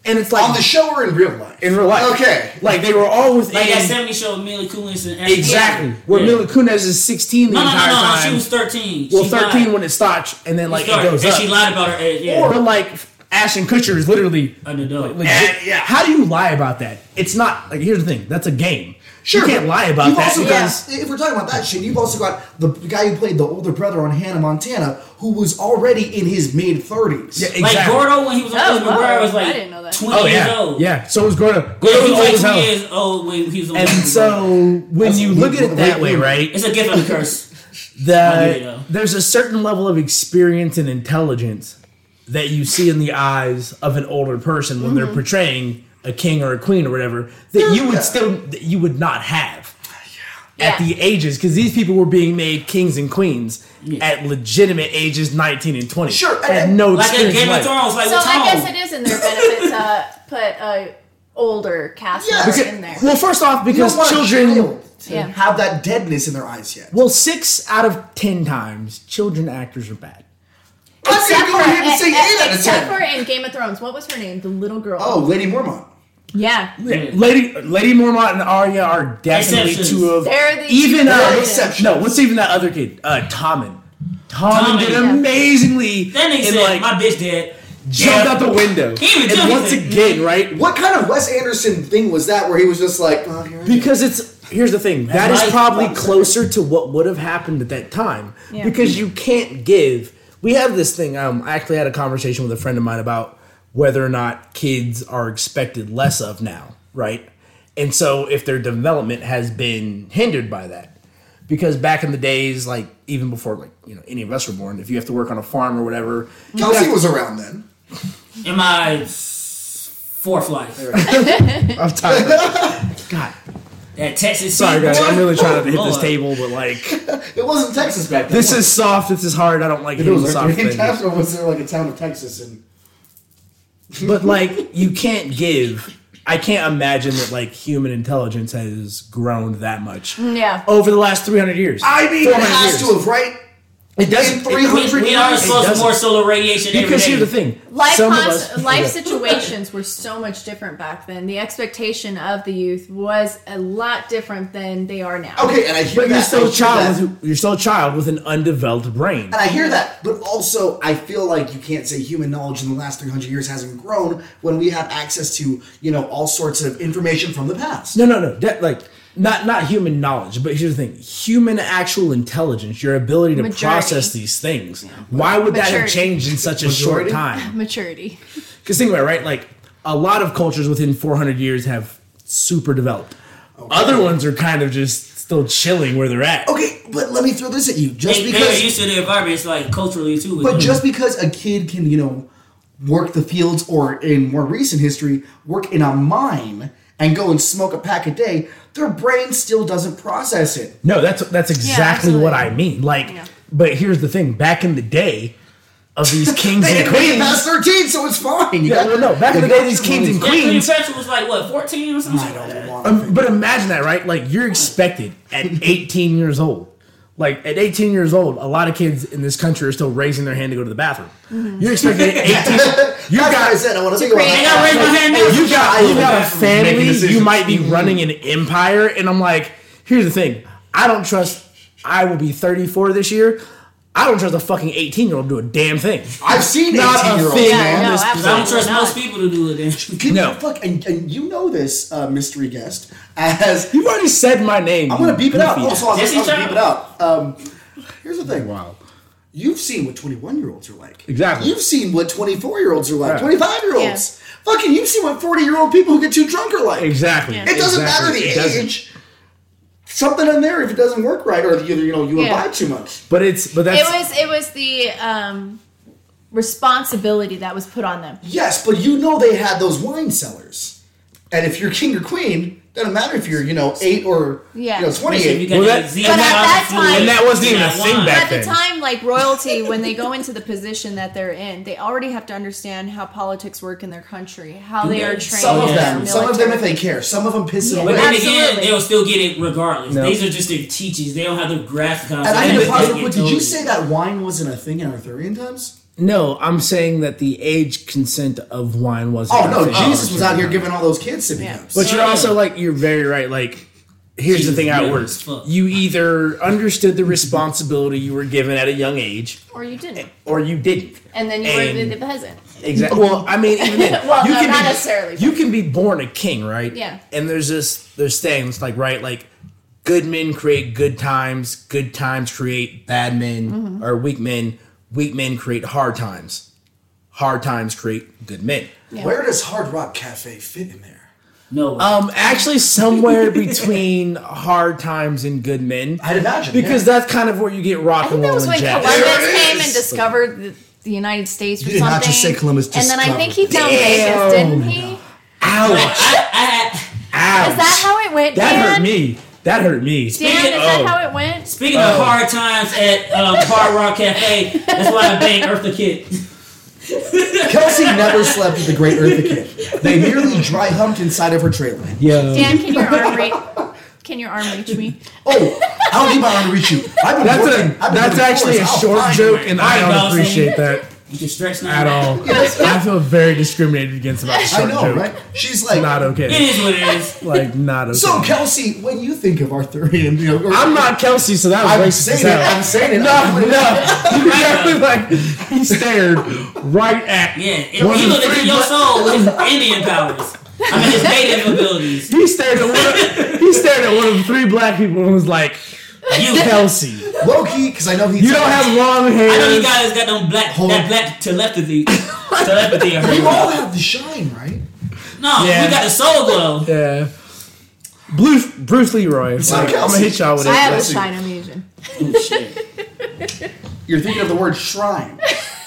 Speaker 1: and it's like
Speaker 2: On the show or in real life?
Speaker 1: in real life.
Speaker 2: Okay.
Speaker 1: Like they were all within
Speaker 3: like that 70 show with Mila Kunis and Ashton
Speaker 1: exactly
Speaker 3: Kutcher.
Speaker 1: where
Speaker 3: Yeah.
Speaker 1: Mila Kunis is 16 the
Speaker 3: No, no, no,
Speaker 1: entire
Speaker 3: no, no.
Speaker 1: time.
Speaker 3: She was 13.
Speaker 1: well,
Speaker 3: she
Speaker 1: 13
Speaker 3: lied.
Speaker 1: when it starts, and then like
Speaker 3: Sorry,
Speaker 1: it goes
Speaker 3: and
Speaker 1: up.
Speaker 3: she lied about her age. Yeah,
Speaker 1: But like Ashton Kutcher is literally.
Speaker 3: an adult.
Speaker 1: Legit.
Speaker 2: yeah.
Speaker 1: How do you lie about that? It's not like here's the thing. That's a game.
Speaker 2: Sure,
Speaker 1: you can't
Speaker 2: but
Speaker 1: lie about
Speaker 2: you've
Speaker 1: that
Speaker 2: Also
Speaker 1: because
Speaker 2: got, if we're talking about that shit, you've also got the guy who played the older brother on Hannah Montana, who was already in his mid thirties.
Speaker 1: Yeah,
Speaker 3: Like
Speaker 1: exactly.
Speaker 3: Gordo when he was on
Speaker 4: Oh,
Speaker 3: Husband and Wife
Speaker 4: wow.
Speaker 3: was like
Speaker 4: I didn't know that.
Speaker 3: 20
Speaker 1: oh
Speaker 3: years
Speaker 1: yeah,
Speaker 3: old.
Speaker 1: yeah. So was Gordo.
Speaker 3: Yeah, he
Speaker 1: Gordo
Speaker 3: was
Speaker 1: old
Speaker 3: like
Speaker 1: as
Speaker 3: 20
Speaker 1: hell.
Speaker 3: years old when he was on
Speaker 1: And
Speaker 3: Husband Wife.
Speaker 1: so when you look at it that way, right?
Speaker 3: It's a gift
Speaker 1: [LAUGHS]
Speaker 3: and a curse. do you know?
Speaker 1: the there's a certain level of experience and intelligence that you see in the eyes of an older person when they're portraying a king or a queen or whatever that you would
Speaker 2: Mm-hmm. Yeah.
Speaker 1: still that you would not have at
Speaker 4: Yeah.
Speaker 1: the ages because these people were being made kings and queens at legitimate ages 19 and 20
Speaker 2: Sure,
Speaker 1: had
Speaker 2: and-
Speaker 1: no
Speaker 3: Like a
Speaker 1: experience in
Speaker 3: Game of
Speaker 1: life.
Speaker 3: Thrones, like
Speaker 4: so
Speaker 3: with Tom.
Speaker 4: I guess it is in their benefit to put a older cast
Speaker 2: Yeah.
Speaker 4: member
Speaker 2: Because-
Speaker 4: in there.
Speaker 1: well first off
Speaker 2: You don't
Speaker 1: because
Speaker 2: want a
Speaker 1: children
Speaker 2: child to
Speaker 4: Yeah.
Speaker 2: have that deadness in their eyes yet.
Speaker 1: well six out of ten times children actors are bad
Speaker 2: I'm gonna go ahead and say eight out of
Speaker 4: except for
Speaker 2: ten.
Speaker 4: in Game of Thrones, what was her name? The little girl.
Speaker 2: Oh, Lady Mormont.
Speaker 4: yeah.
Speaker 3: Yeah.
Speaker 1: Lady Lady Mormont and Arya are definitely
Speaker 3: Exceptions.
Speaker 1: two of
Speaker 4: They're the
Speaker 1: even
Speaker 4: They're
Speaker 1: uh,
Speaker 2: the exceptions.
Speaker 1: no. What's even that other kid? Uh, Tommen. Tommen,
Speaker 3: Tommen,
Speaker 1: did
Speaker 3: yeah.
Speaker 1: amazingly
Speaker 3: That nigga
Speaker 1: and
Speaker 3: said,
Speaker 1: like
Speaker 3: my bitch dead.
Speaker 1: jumped
Speaker 3: Yeah.
Speaker 1: out the window.
Speaker 3: He was
Speaker 1: and
Speaker 3: jumping.
Speaker 1: once again, right?
Speaker 2: What kind of Wes Anderson thing was that? Where he was just like, oh, here I am.
Speaker 1: Because it's here's the thing. That is
Speaker 3: Life
Speaker 1: probably
Speaker 2: sucks.
Speaker 1: closer to what would have happened at that time
Speaker 4: Yeah.
Speaker 1: because you can't give. We have this thing. Um, I actually had a conversation with a friend of mine about whether or not kids are expected less of now, right? And so if their development has been hindered by that. because back in the days, like even before like you know any of us were born, if you have to work on a farm or whatever, [LAUGHS]
Speaker 2: Kelsey was around then.
Speaker 3: In my fourth life.
Speaker 1: I'm tired. God,
Speaker 3: At Texas
Speaker 1: sorry
Speaker 3: City.
Speaker 1: guys, I'm really trying to hit this
Speaker 3: Lord.
Speaker 1: table, but like
Speaker 2: It wasn't Texas back then.
Speaker 1: this is soft, this is hard. I don't like
Speaker 2: It
Speaker 1: hitting
Speaker 2: was like
Speaker 1: soft
Speaker 2: in
Speaker 1: things.
Speaker 2: Texas, or was there like a town of Texas and
Speaker 1: But like you can't give. I can't imagine that like human intelligence has grown that much
Speaker 4: Yeah.
Speaker 1: over the last 300 years.
Speaker 2: I mean, it
Speaker 1: 400
Speaker 2: has
Speaker 1: years.
Speaker 2: to have right.
Speaker 1: It doesn't.
Speaker 2: been 300
Speaker 3: We, we
Speaker 2: It
Speaker 3: are exposed to
Speaker 1: doesn't.
Speaker 3: more solar radiation every
Speaker 1: because
Speaker 3: day.
Speaker 1: here's the thing.
Speaker 4: Life,
Speaker 1: some of
Speaker 4: cons-
Speaker 1: us,
Speaker 4: life
Speaker 1: Yeah.
Speaker 4: situations were so much different back then. The expectation of the youth was a lot different than they are now.
Speaker 2: Okay, and I hear
Speaker 1: But
Speaker 2: that.
Speaker 1: you're still a
Speaker 2: I hear
Speaker 1: child.
Speaker 2: that.
Speaker 1: With, you're still a child with an undeveloped brain.
Speaker 2: And I hear that, but also I feel like you can't say human knowledge in the last 300 years hasn't grown when we have access to, you know, all sorts of information from the past.
Speaker 1: No, no, no. That, like not not human knowledge, but here's the thing: human actual intelligence, your ability to
Speaker 4: Majority.
Speaker 1: process these things. Why would that have
Speaker 4: Maturity.
Speaker 1: changed in such a short
Speaker 2: Majority?
Speaker 1: time?
Speaker 4: Maturity.
Speaker 1: Because think about it, right? Like a lot of cultures within 400 years have super developed. Other ones are kind of just still chilling where they're at.
Speaker 2: Okay, but let me throw this at you. Just
Speaker 3: They,
Speaker 2: because
Speaker 3: they're used to the environment. It's like culturally too.
Speaker 2: But just
Speaker 1: Mm-hmm.
Speaker 2: because a kid can, you know, work the fields or in more recent history, work in a mine and go and smoke a pack a day, their brain still doesn't process it.
Speaker 1: No, that's that's exactly what
Speaker 4: absolutely.
Speaker 1: I mean. Like,
Speaker 4: Yeah.
Speaker 1: but here's the thing: back in the day, of
Speaker 2: [LAUGHS]
Speaker 1: these kings
Speaker 2: They
Speaker 1: and
Speaker 2: didn't make it
Speaker 1: queens.
Speaker 2: past 13, so it's fine. You
Speaker 1: Yeah,
Speaker 2: got-
Speaker 1: well, no, back in the
Speaker 2: you got
Speaker 1: day, these
Speaker 2: your
Speaker 1: kings
Speaker 2: money.
Speaker 1: and
Speaker 3: yeah, Queen
Speaker 1: queens
Speaker 3: Petra was like what 14 or something.
Speaker 2: I don't want to
Speaker 1: Um, but imagine that, right? Like you're expected
Speaker 2: [LAUGHS]
Speaker 1: at 18 years old. Like at 18 years old, a lot of kids in this country are still raising their hand to go to the bathroom.
Speaker 4: Mm-hmm.
Speaker 1: You're expected
Speaker 2: [LAUGHS]
Speaker 1: at 18.
Speaker 2: That's
Speaker 1: [LAUGHS] You
Speaker 2: what I
Speaker 1: got
Speaker 2: said. I want to think about
Speaker 4: create-
Speaker 3: I gotta raise my hand now.
Speaker 1: you got you got a
Speaker 2: Making
Speaker 1: family.
Speaker 2: decisions.
Speaker 1: You might be running an empire, and I'm like, here's the thing. I don't trust. I will be 34 this year. I don't trust a fucking 18 year old to do a damn thing.
Speaker 2: I've seen
Speaker 1: Not a
Speaker 2: 18 year olds,
Speaker 1: thing.
Speaker 2: man.
Speaker 1: Yeah,
Speaker 4: no,
Speaker 1: this-
Speaker 3: Because I don't
Speaker 4: absolutely
Speaker 3: trust
Speaker 4: not.
Speaker 3: most people to do it. Then.
Speaker 2: Can
Speaker 1: No.
Speaker 2: you fuck and, and you know this uh, mystery guest as
Speaker 1: You've already said my name.
Speaker 2: I'm gonna beep it Oh, up.
Speaker 1: goofy
Speaker 2: Also, I'm,
Speaker 3: Jesse
Speaker 2: I'm gonna
Speaker 3: Turner.
Speaker 2: beep it up. Um, here's the thing. Wow. You've seen what 21 year olds are like.
Speaker 1: Exactly.
Speaker 2: You've seen what 24 year olds are like.
Speaker 1: Right.
Speaker 2: 25 year olds. Fucking, you've seen what 40 year old people who get too drunk are like.
Speaker 1: Exactly.
Speaker 4: Yeah.
Speaker 2: It doesn't
Speaker 1: Exactly.
Speaker 2: matter the
Speaker 1: It doesn't.
Speaker 2: age. Something in there if it doesn't work right, or either you know you
Speaker 4: Yeah.
Speaker 2: imbibe too much.
Speaker 1: But it's but that's
Speaker 4: It was it was the um, responsibility that was put on them.
Speaker 2: Yes, but you know they had those wine cellars, and if you're king or queen, doesn't matter if you're you know eight or
Speaker 4: Yeah.
Speaker 2: you know
Speaker 3: Make sure
Speaker 2: 28.
Speaker 3: you got
Speaker 1: Well,
Speaker 3: that
Speaker 1: that-
Speaker 3: Z
Speaker 1: But
Speaker 4: at that
Speaker 3: amount of
Speaker 4: time-
Speaker 1: And that wasn't
Speaker 3: fluid
Speaker 1: even a
Speaker 3: in that
Speaker 1: thing
Speaker 3: wine.
Speaker 1: back
Speaker 4: At the
Speaker 1: then.
Speaker 4: time, like royalty, when they go into the position that they're in, they already have to understand how politics work in their country, how they are trained.
Speaker 2: Some of
Speaker 4: in their
Speaker 2: them, some of them if
Speaker 4: military.
Speaker 2: they care, some of them piss it
Speaker 4: Yeah.
Speaker 2: away.
Speaker 3: But then again,
Speaker 4: Absolutely.
Speaker 3: they'll still get it regardless.
Speaker 1: No.
Speaker 3: These are just their teachings. They don't have the graphic
Speaker 2: And I need to pause real
Speaker 3: concept.
Speaker 2: quick. Did you say that wine wasn't a thing in Arthurian times?
Speaker 1: no. I'm saying that the age consent of wine was.
Speaker 2: Oh no, Jesus was out here giving all those kids sippy
Speaker 4: Yeah.
Speaker 2: cups.
Speaker 1: But you're
Speaker 3: Yeah.
Speaker 1: also like you're very right. Like here's the
Speaker 3: Jesus,
Speaker 1: thing: how it
Speaker 3: man,
Speaker 1: works.
Speaker 3: fuck.
Speaker 1: You either understood the responsibility you were given at a young age,
Speaker 4: or you didn't,
Speaker 1: or you didn't.
Speaker 4: and then you
Speaker 1: And-
Speaker 4: were the, the peasant.
Speaker 1: Exactly. Well, I mean, even then,
Speaker 4: [LAUGHS] Well,
Speaker 1: you
Speaker 4: no,
Speaker 1: can
Speaker 4: not
Speaker 1: be,
Speaker 4: necessarily, but-
Speaker 1: You can be born a king, right?
Speaker 4: Yeah.
Speaker 1: And there's this there's things like right, like good men create good times, good times create bad men
Speaker 4: Mm-hmm.
Speaker 1: or weak men, weak men create hard times, hard times create good men.
Speaker 2: Where does Hard Rock Cafe fit in there?
Speaker 3: No.
Speaker 2: Oh.
Speaker 1: Um, actually,
Speaker 4: [LAUGHS]
Speaker 1: somewhere between hard times and good men,
Speaker 2: I'd imagine
Speaker 1: because
Speaker 2: yeah.
Speaker 1: that's kind of where you get rock
Speaker 4: I
Speaker 1: and
Speaker 4: think that
Speaker 1: roll
Speaker 4: was
Speaker 1: and
Speaker 4: when
Speaker 1: jazz.
Speaker 2: There it
Speaker 4: Columbus came
Speaker 2: is.
Speaker 4: and discovered the, the United States or
Speaker 2: You did
Speaker 4: something.
Speaker 2: not just say Columbus
Speaker 4: and then I think he found
Speaker 1: discovered.
Speaker 4: Vegas, didn't he? Is
Speaker 1: Ouch!
Speaker 3: I,
Speaker 1: Ouch!
Speaker 4: that how it went?
Speaker 1: That
Speaker 4: Dan?
Speaker 1: hurt me. That hurt me.
Speaker 4: Dan, is that how it went?
Speaker 3: speaking
Speaker 2: Oh.
Speaker 3: of hard times at um, Hard Rock Cafe, that's why I banged Eartha Kitt.
Speaker 2: Kelsey never slept with the Great Eartha Kid. They merely dry humped inside of her trailer.
Speaker 1: Yeah.
Speaker 4: Dan, can your arm reach? Can your arm reach me?
Speaker 2: Oh, I'll keep my arm to reach you. I've been
Speaker 1: That's
Speaker 2: working.
Speaker 1: a
Speaker 2: I've been
Speaker 1: that's
Speaker 2: working
Speaker 1: actually a
Speaker 2: hours. I'll
Speaker 1: short
Speaker 2: find
Speaker 1: joke,
Speaker 2: you.
Speaker 1: and I
Speaker 3: Alright,
Speaker 1: don't
Speaker 3: Dawson.
Speaker 1: appreciate that
Speaker 3: You can stretch now.
Speaker 1: at all.
Speaker 2: [LAUGHS]
Speaker 1: I feel very discriminated against about a
Speaker 2: I
Speaker 1: short
Speaker 2: know,
Speaker 1: joke.
Speaker 2: right? She's like,
Speaker 1: Not
Speaker 3: It
Speaker 1: okay.
Speaker 3: is what it is.
Speaker 1: Like not okay.
Speaker 2: so Kelsey, when you think of Arthurian, you know, or-
Speaker 1: I'm not Kelsey, so that
Speaker 2: I'm
Speaker 1: was racist.
Speaker 2: saying
Speaker 1: as
Speaker 2: it.
Speaker 1: hell.
Speaker 2: I'm saying it.
Speaker 1: No,
Speaker 2: [LAUGHS]
Speaker 1: no. You definitely like he stared right at.
Speaker 3: Yeah, if
Speaker 1: One
Speaker 3: you
Speaker 1: of
Speaker 3: look
Speaker 1: the
Speaker 3: at
Speaker 1: three
Speaker 3: your
Speaker 1: bla-
Speaker 3: soul with his Indian powers, I mean his native abilities,
Speaker 1: He stared at one. Of, he stared at one of the three black people and was like,
Speaker 3: you.
Speaker 1: "Kelsey,
Speaker 2: Loki, because I know he's
Speaker 1: you don't have long hair."
Speaker 3: I know you guys got them black,
Speaker 2: Hold
Speaker 3: that
Speaker 2: on.
Speaker 3: black telepathy, telepathy. I heard
Speaker 2: You
Speaker 1: [LAUGHS]
Speaker 2: all
Speaker 3: about.
Speaker 2: have the shine, right?
Speaker 3: No,
Speaker 1: Yeah.
Speaker 3: we got the soul glow.
Speaker 1: yeah. Bruce, Bruce Leroy. Like, I'm gonna hit y'all with
Speaker 4: I
Speaker 1: it.
Speaker 4: have a
Speaker 2: Bless you.
Speaker 4: sign. I'm Asian.
Speaker 2: You're thinking of the word shrine.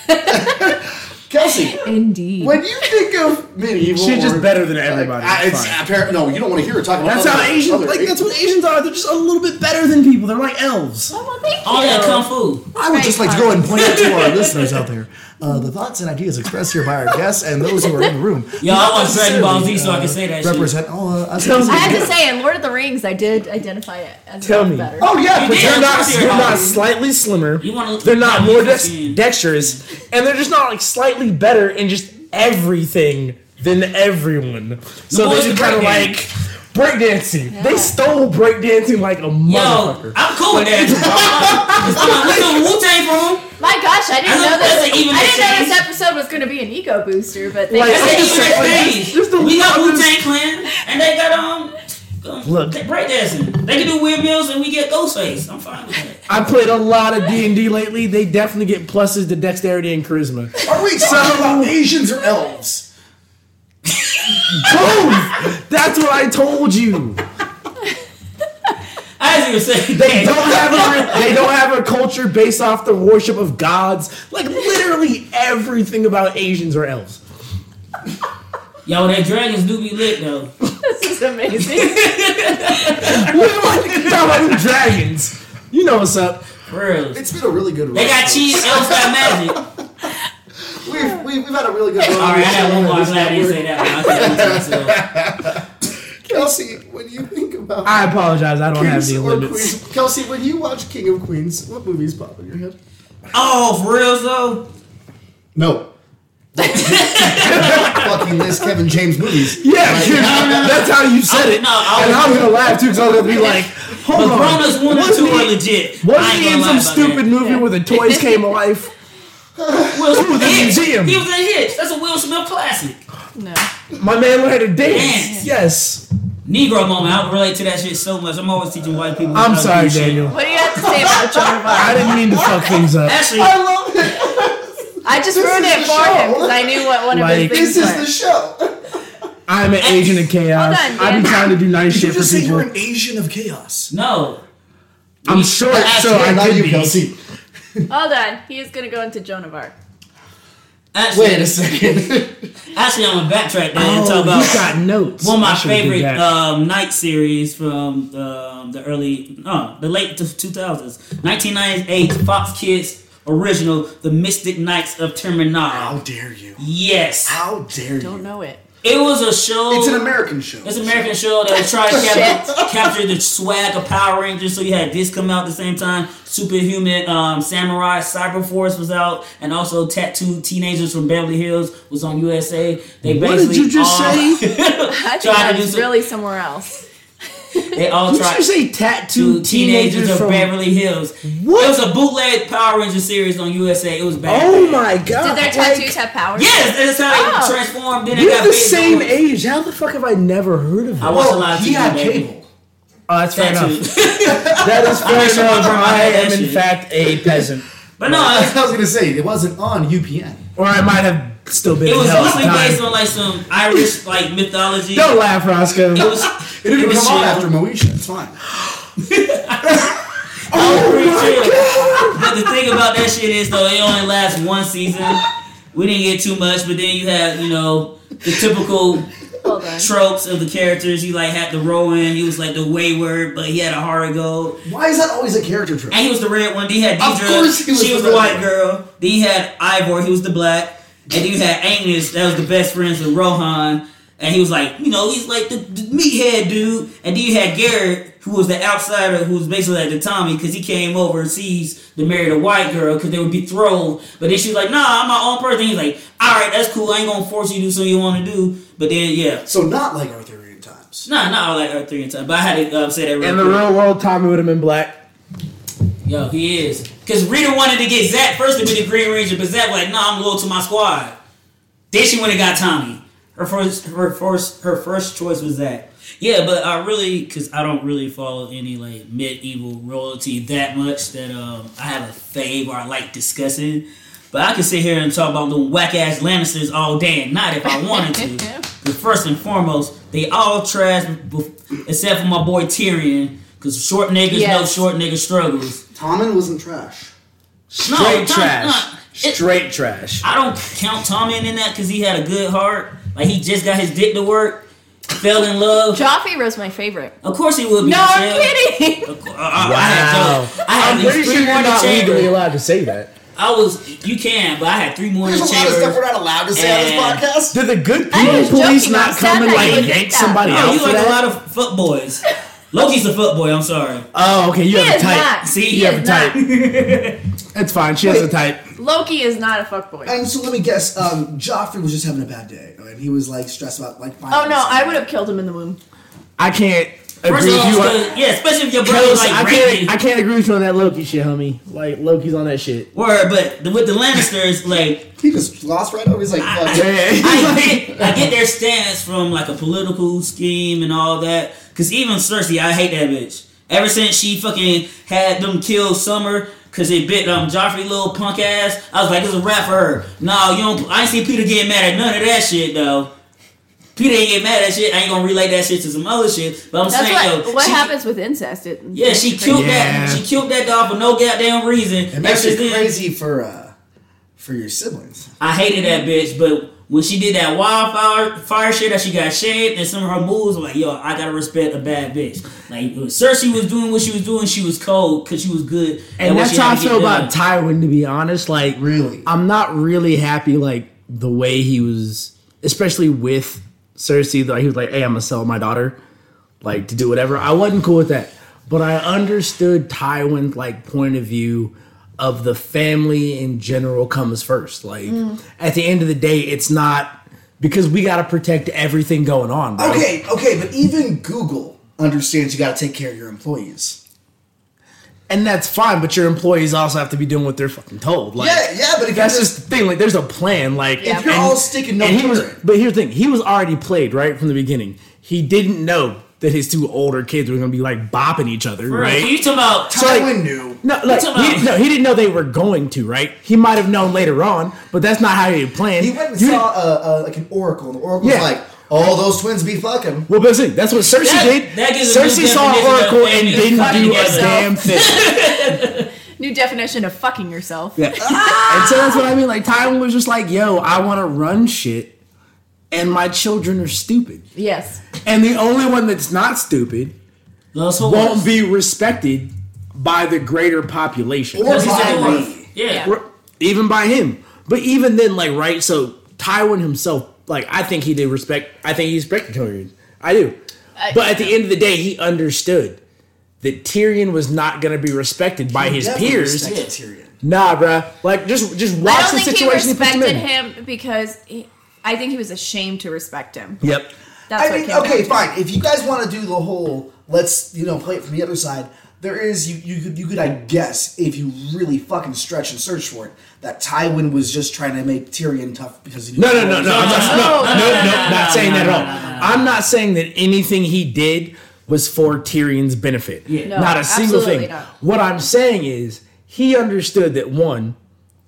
Speaker 2: [LAUGHS] Kelsey,
Speaker 4: Indeed.
Speaker 2: when you think of medieval,
Speaker 1: She's just
Speaker 2: or-
Speaker 1: better than everybody.
Speaker 2: I-
Speaker 1: It's
Speaker 2: it's
Speaker 1: fine.
Speaker 2: apparent. No, you don't want to hear her talking about.
Speaker 1: That's how
Speaker 2: other-
Speaker 1: Asians
Speaker 2: other-
Speaker 1: like. That's what Asians are. They're just a little bit better than people. They're like elves.
Speaker 4: Oh, well, thank
Speaker 3: All
Speaker 4: you.
Speaker 3: that kung fu.
Speaker 2: I would just like to go and point out to our listeners out there uh, the thoughts and ideas expressed here by our guests and those who are in the
Speaker 3: [LAUGHS]
Speaker 2: room.
Speaker 3: Yo, I watch Dragon Ball Z, so
Speaker 2: necessarily,
Speaker 3: I can say that.
Speaker 2: uh,
Speaker 3: shit.
Speaker 2: Represent all uh, us.
Speaker 1: Tell
Speaker 4: I
Speaker 1: me.
Speaker 4: have to say, in Lord of the Rings, I did identify it as
Speaker 1: Tell
Speaker 4: a lot
Speaker 1: me.
Speaker 4: better.
Speaker 2: Oh yeah,
Speaker 3: You
Speaker 2: but
Speaker 3: did.
Speaker 2: you're
Speaker 1: They're
Speaker 2: not.
Speaker 1: not. They're not slightly slimmer.
Speaker 3: You wanna look-
Speaker 1: They're not
Speaker 3: yeah,
Speaker 1: more
Speaker 3: you can see.
Speaker 1: dex- dexterous, and they're just not like slightly better in just everything than everyone. So
Speaker 3: boys
Speaker 1: they're just
Speaker 3: can
Speaker 1: kind of like
Speaker 3: breakdance.
Speaker 1: breakdancing. They
Speaker 4: Yeah.
Speaker 1: stole breakdancing like a
Speaker 3: Yo,
Speaker 1: motherfucker.
Speaker 3: I'm cool with that. I'm Wu Tang from.
Speaker 4: My gosh, I didn't
Speaker 3: I
Speaker 4: know
Speaker 3: don't
Speaker 4: this. I
Speaker 3: think
Speaker 4: didn't
Speaker 3: they even
Speaker 4: know
Speaker 3: mentioned
Speaker 4: this episode was going to be an ego booster, but thank
Speaker 1: Like,
Speaker 4: you. [LAUGHS]
Speaker 1: I'm
Speaker 3: That's
Speaker 1: just saying,
Speaker 3: [LAUGHS] even
Speaker 1: like,
Speaker 3: their
Speaker 1: just- just the
Speaker 3: thing. We got
Speaker 1: wildest-
Speaker 3: Wu Tang Clan, and they got um. um,
Speaker 1: Look.
Speaker 3: they- breakdancing. They can do weird meals, and we get Ghostface. I'm fine with that.
Speaker 1: I played a lot of D and D lately. They definitely get pluses to dexterity and charisma.
Speaker 2: Are we talking about Asians or elves?
Speaker 1: Boom! That's what I told you.
Speaker 3: I didn't even say
Speaker 1: They don't have a they don't have a culture based off the worship of gods. Like literally everything about Asians or elves. [LAUGHS]
Speaker 3: Yo, that dragons do be lit though.
Speaker 4: This is amazing.
Speaker 1: We don't want to talk about them dragons. You know what's up.
Speaker 3: For real.
Speaker 2: It's been a really good.
Speaker 3: They got cheese, elves got magic.
Speaker 2: We've, we've, we've had a really good. run.
Speaker 3: Alright, I had one more. I'm glad I didn't say that one. I couldn't do it to myself.
Speaker 2: Kelsey, when you think about
Speaker 1: I apologize. I don't have
Speaker 2: Kings
Speaker 1: the
Speaker 2: or
Speaker 1: limits.
Speaker 2: Queens, Kelsey, when you watch King of Queens, what movies pop in your head?
Speaker 3: Oh, for real though?
Speaker 2: [LAUGHS] No. fucking list Kevin James movies.
Speaker 1: Yeah, dude, that's how you said it.
Speaker 3: No, I
Speaker 1: and
Speaker 3: was-
Speaker 1: I'm gonna laugh too because I'm gonna be like, Hold
Speaker 3: But Brahmas one and
Speaker 1: Wasn't
Speaker 3: two
Speaker 1: he-
Speaker 3: are legit. I
Speaker 1: Was
Speaker 3: ain't
Speaker 1: he
Speaker 3: gonna
Speaker 1: in
Speaker 3: lie
Speaker 1: some
Speaker 3: about
Speaker 1: stupid
Speaker 3: that.
Speaker 1: movie where the toys came alive?
Speaker 3: Will Smith.
Speaker 1: the museum.
Speaker 3: He was in Hitch. That's a Will Smith classic.
Speaker 4: No.
Speaker 1: My man learned to dance.
Speaker 3: Dance.
Speaker 1: Yes.
Speaker 3: Negro moment. I relate to that shit so much. I'm always teaching white people. how
Speaker 1: I'm
Speaker 3: to do
Speaker 1: sorry,
Speaker 3: shit.
Speaker 1: Daniel.
Speaker 4: What do you have to say
Speaker 2: [LAUGHS]
Speaker 4: about Joan of Arc?
Speaker 1: I didn't mean to fuck things
Speaker 3: [LAUGHS]
Speaker 1: up.
Speaker 3: Actually,
Speaker 2: I love it.
Speaker 4: I just
Speaker 2: This
Speaker 4: ruined
Speaker 2: is
Speaker 4: it
Speaker 2: the
Speaker 4: for
Speaker 2: show.
Speaker 4: him because I knew what one
Speaker 1: Like-
Speaker 4: of his
Speaker 2: This is the
Speaker 4: things
Speaker 2: show.
Speaker 1: I'm an agent of chaos.
Speaker 4: Hold on,
Speaker 1: I've been
Speaker 4: Dan.
Speaker 1: trying to do nice
Speaker 2: Did you
Speaker 1: shit for
Speaker 2: just say
Speaker 1: people.
Speaker 2: you're an Asian of chaos?
Speaker 3: no.
Speaker 1: I'm short, so
Speaker 2: Actually,
Speaker 1: I
Speaker 2: not
Speaker 1: could
Speaker 2: you,
Speaker 1: be.
Speaker 2: Kelsey.
Speaker 4: were. Hold on. He is going to go into Joan of Arc.
Speaker 3: Actually,
Speaker 2: Wait a second.
Speaker 3: actually, I'm gonna backtrack that and
Speaker 1: Oh,
Speaker 3: talk
Speaker 1: you
Speaker 3: about
Speaker 1: got notes.
Speaker 3: one of
Speaker 1: I
Speaker 3: my
Speaker 1: should've did
Speaker 3: favorite
Speaker 1: that.
Speaker 3: um, night series from um, the early, no, the late to 2000s, 1998 Fox Kids original, The Mystic Knights
Speaker 2: [LAUGHS]
Speaker 3: of
Speaker 2: How
Speaker 3: Terminal.
Speaker 2: dare you?
Speaker 3: Yes,
Speaker 2: How dare you?
Speaker 4: Don't know it.
Speaker 3: it was a show.
Speaker 2: It's an American show.
Speaker 3: It's an American show that tried to capture, capture the swag of Power Rangers. So you had this come out at the same time. Superhuman um, Samurai Cyber Force was out, and also Tattooed Teenagers from Beverly Hills was on USA. They
Speaker 1: What
Speaker 3: basically
Speaker 1: did you just
Speaker 3: all,
Speaker 1: say?
Speaker 4: I think
Speaker 3: Trying to
Speaker 4: that
Speaker 3: do
Speaker 4: was
Speaker 3: some-
Speaker 4: really somewhere else.
Speaker 3: They all
Speaker 1: Did you
Speaker 3: tried.
Speaker 1: say
Speaker 3: To
Speaker 1: tattooed
Speaker 3: teenagers
Speaker 1: teenagers
Speaker 3: of
Speaker 1: from?
Speaker 3: Beverly Hills.
Speaker 1: What?
Speaker 3: It was a bootleg Power Ranger series on USA. It was bad.
Speaker 1: Oh my god!
Speaker 4: Did their
Speaker 1: like,
Speaker 4: tattoos have powers?
Speaker 3: Yes, that's how
Speaker 4: Oh.
Speaker 3: it transformed. Then it
Speaker 1: You're
Speaker 3: got
Speaker 1: the
Speaker 3: big.
Speaker 1: same age. How the fuck have I never heard of
Speaker 3: I
Speaker 1: that?
Speaker 3: watched a lot
Speaker 2: Well,
Speaker 3: of
Speaker 2: Oh, he
Speaker 3: TV,
Speaker 2: had
Speaker 3: baby.
Speaker 2: cable.
Speaker 1: Oh, that's fair
Speaker 3: Tattooed.
Speaker 1: enough. That is fair
Speaker 3: sure my
Speaker 1: enough.
Speaker 3: grandma
Speaker 1: I
Speaker 3: had that
Speaker 1: am in
Speaker 3: shit.
Speaker 1: fact a peasant,
Speaker 3: [LAUGHS] But no, uh, I-
Speaker 2: I was gonna say it wasn't on UPN.
Speaker 1: or I might have still been
Speaker 3: It
Speaker 1: in
Speaker 3: was
Speaker 1: hell at the
Speaker 3: loosely based
Speaker 1: time.
Speaker 3: on like some Irish like mythology.
Speaker 1: Don't laugh, Roscoe.
Speaker 3: It was.
Speaker 2: It didn't
Speaker 3: was
Speaker 2: come on
Speaker 3: shit.
Speaker 2: after Moesha. It's fine.
Speaker 3: Oh my god! But the thing about that shit is though, it only lasts one season. We didn't get too much, but then you had you know the typical
Speaker 4: Hold on.
Speaker 3: tropes of the characters. You like had the Rowan. He was like the wayward, but he had a heart go.
Speaker 2: Why is that always a character trope?
Speaker 3: And he was the red one. Then you had
Speaker 2: Of
Speaker 3: Deidre.
Speaker 2: course he was
Speaker 3: she
Speaker 2: the
Speaker 3: was the
Speaker 2: red
Speaker 3: white
Speaker 2: one.
Speaker 3: girl. Then you had Ivor. He was the black. And then you had Agnes. That was the best friends with Rohan. And he was like, you know, he's like the, the meathead dude. And then you had Garrett, who was the outsider, who was basically like the Tommy, because he came over and sees to marry the white girl, because they would be thrilled. But then she was like, nah, I'm my own person. He's like, all right, that's cool. I ain't gonna force you to do something you want to do. But then, yeah,
Speaker 2: So not like Arthurian times.
Speaker 3: nah, not all that Earth three and time. But I had to uh, say that. Real
Speaker 1: In the
Speaker 3: quick.
Speaker 1: real world, Tommy would have been black.
Speaker 3: Yo, he is. Cause Rita wanted to get Zach first to be the Green Ranger, but Zach was like, nah, I'm loyal to my squad. Then she went and got Tommy. Her first, her first, her first choice was Zach. Yeah, but I really, cause I don't really follow any like medieval royalty that much that um I have a fave or I like discussing. But I could sit here and talk about the whack ass Lannisters all day and night if I wanted to. But first and foremost, they all trash, bef- except for my boy Tyrion, cause short niggas know
Speaker 4: Yes.
Speaker 3: short niggas struggles.
Speaker 2: Tommen wasn't trash.
Speaker 1: Straight
Speaker 3: Tom-
Speaker 1: trash.
Speaker 3: no, it-
Speaker 1: Straight trash.
Speaker 3: I don't count Tommy in that because he had a good heart. Like he just got his dick to work, fell in love.
Speaker 4: Joffrey was my favorite.
Speaker 3: Of course he would be.
Speaker 4: No, I'm
Speaker 3: Michelle.
Speaker 4: kidding.
Speaker 3: Of cour- I, I, I had to- I had
Speaker 1: I'm
Speaker 3: at least
Speaker 1: pretty sure
Speaker 3: three
Speaker 1: you're
Speaker 3: more in the
Speaker 1: not
Speaker 3: chamber.
Speaker 1: legally allowed to say that.
Speaker 3: I was. You can, but I had three more in
Speaker 2: There's a
Speaker 3: the
Speaker 2: lot of stuff we're
Speaker 3: chamber.
Speaker 2: not allowed to say on
Speaker 3: And-
Speaker 2: this podcast.
Speaker 1: Did the good
Speaker 4: I
Speaker 1: people
Speaker 4: was
Speaker 1: police
Speaker 4: joking.
Speaker 1: not
Speaker 4: I'm
Speaker 1: come
Speaker 4: sad
Speaker 1: and
Speaker 4: that you
Speaker 1: like
Speaker 4: would
Speaker 1: yank
Speaker 4: think that.
Speaker 1: somebody
Speaker 3: Oh,
Speaker 1: out
Speaker 3: you
Speaker 1: for
Speaker 3: like a
Speaker 1: that?
Speaker 3: lot of fuck boys. Loki's a fuck boy. I'm sorry.
Speaker 1: Oh, okay. You
Speaker 4: He
Speaker 1: have a
Speaker 4: is
Speaker 1: type.
Speaker 4: not.
Speaker 1: See,
Speaker 4: He
Speaker 1: you have a
Speaker 4: is not.
Speaker 1: type. [LAUGHS] It's fine. She has a
Speaker 2: Wait.
Speaker 1: type.
Speaker 4: Loki is not a fuckboy.
Speaker 2: And so let me guess, um, Joffrey was just having a bad day, and he was like stressed about like.
Speaker 4: Oh no, I would have killed him in the womb.
Speaker 1: I can't
Speaker 3: First
Speaker 1: agree
Speaker 3: of
Speaker 1: with
Speaker 3: all,
Speaker 1: you. on-
Speaker 3: 'cause- yeah, especially if your brother's
Speaker 1: Cause
Speaker 3: like
Speaker 1: I
Speaker 3: raping.
Speaker 1: can't. I can't agree with you on that Loki shit, homie. Like Loki's on that shit.
Speaker 3: Word, but the, with the Lannisters, like
Speaker 2: He just lost right over. He's like,
Speaker 4: Ah.
Speaker 2: fuck.
Speaker 1: Yeah, yeah,
Speaker 3: [LAUGHS]
Speaker 1: yeah.
Speaker 3: [LAUGHS] I get, I get their stance from like a political scheme and all that. Cause even Cersei, I hate that bitch. Ever since she fucking had them kill Summer, cause it bit um Joffrey little punk ass. I was like, it's a rap for her. No, you don't. I ain't see Peter getting mad at none of that shit though. Peter ain't get mad at that shit. I ain't gonna relate that shit to some other shit. But I'm
Speaker 4: That's
Speaker 3: saying
Speaker 4: what
Speaker 3: though,
Speaker 4: what
Speaker 3: she-
Speaker 4: happens with incest. It,
Speaker 3: Yeah, she killed
Speaker 1: Yeah.
Speaker 3: that. She killed that dog for no goddamn reason.
Speaker 2: It makes
Speaker 3: Ever
Speaker 2: it
Speaker 3: since then-
Speaker 2: crazy for uh, for your siblings.
Speaker 3: I hated that bitch, but when she did that wildfire fire shit that she got shaved and some of her moves, I'm like, yo, I gotta respect a bad bitch. Like when Cersei was doing what she was doing, she was cold because she was good. at
Speaker 1: And
Speaker 3: what
Speaker 1: that's
Speaker 3: she
Speaker 1: how I
Speaker 3: had to
Speaker 1: feel
Speaker 3: get done.
Speaker 1: about Tywin, to be honest. Like,
Speaker 2: Really?
Speaker 1: I'm not really happy, like, the way he was, especially with Cersei. Like, he was like, hey, I'm gonna sell my daughter, like, to do whatever. I wasn't cool with that. But I understood Tywin's, like, point of view of the family in general comes first. Like, at the end of the day, it's not because we gotta protect everything going on, bro.
Speaker 2: Okay, okay, but even Google understands you got to take care of your employees.
Speaker 1: and that's fine. But your employees also have to be doing what they're fucking told. Like,
Speaker 2: Yeah, yeah, but if
Speaker 1: that's
Speaker 2: you're-
Speaker 1: just the thing. Like, there's a plan. Like,
Speaker 4: Yeah.
Speaker 2: If you're
Speaker 4: And-
Speaker 2: all sticking no
Speaker 1: and he was,
Speaker 2: different.
Speaker 1: but here's the thing: he was already played right from the beginning. He didn't know that his two older kids were going to be like bopping each other, right?
Speaker 3: Right. You talking about
Speaker 1: So, like-
Speaker 2: Tywin knew.
Speaker 1: No, like,
Speaker 3: talking
Speaker 1: he,
Speaker 3: about-
Speaker 1: no, he didn't know they were going to, right? He might have known later on, but that's not how he had planned.
Speaker 2: He went and
Speaker 1: You
Speaker 2: saw
Speaker 1: didn't-
Speaker 2: uh, uh, like an oracle, and the oracle
Speaker 1: Yeah.
Speaker 2: was like, "All those twins be fucking."
Speaker 1: Well, but see, that's what Cersei
Speaker 3: That-
Speaker 1: did.
Speaker 3: that gives a new
Speaker 1: Cersei saw an
Speaker 3: definition of
Speaker 1: oracle and
Speaker 3: family
Speaker 1: didn't
Speaker 3: fucking
Speaker 1: do a
Speaker 3: yourself. [LAUGHS]
Speaker 1: damn thing.
Speaker 4: New definition of fucking yourself.
Speaker 1: Yeah. and so that's what I mean. Like Tywin was just like, "Yo, I want to run shit, and my children are stupid,
Speaker 4: Yes.
Speaker 1: and the only one that's not stupid
Speaker 3: Los Horse?
Speaker 1: won't be respected by the greater population,
Speaker 2: Or
Speaker 3: Because he's
Speaker 2: by
Speaker 3: a dwarf.
Speaker 2: me.
Speaker 3: Yeah.
Speaker 1: Or- even by him. But even then, like right, so Tywin himself, like I think he did respect. I think he respected Tyrion. I do.
Speaker 4: I-
Speaker 1: but at the end of the day, he understood that Tyrion was not going to be respected by his
Speaker 2: Definitely
Speaker 1: peers.
Speaker 2: respected Tyrion.
Speaker 1: Nah, bruh. Like just just
Speaker 4: I
Speaker 1: watch
Speaker 4: don't
Speaker 1: the
Speaker 4: think he
Speaker 1: situation he puts him
Speaker 4: respected
Speaker 1: in.
Speaker 4: him because he, I think he was ashamed to respect him.
Speaker 1: Yep.
Speaker 4: That's
Speaker 2: I
Speaker 4: what it
Speaker 2: mean,
Speaker 4: came down
Speaker 2: okay,
Speaker 4: to.
Speaker 2: fine. If you guys want to do the whole, let's you know play it from the other side. There is you you could you could I guess if you really fucking stretch and search for it that Tywin was just trying to make Tyrion tough because he knew
Speaker 1: No, no, no, no. I'm not, no,
Speaker 4: No,
Speaker 1: no, no, Not saying that at all. I'm not saying that anything he did was for Tyrion's benefit.
Speaker 4: No,
Speaker 1: not a single
Speaker 4: absolutely
Speaker 1: thing.
Speaker 4: not.
Speaker 1: What I'm saying is he understood that one,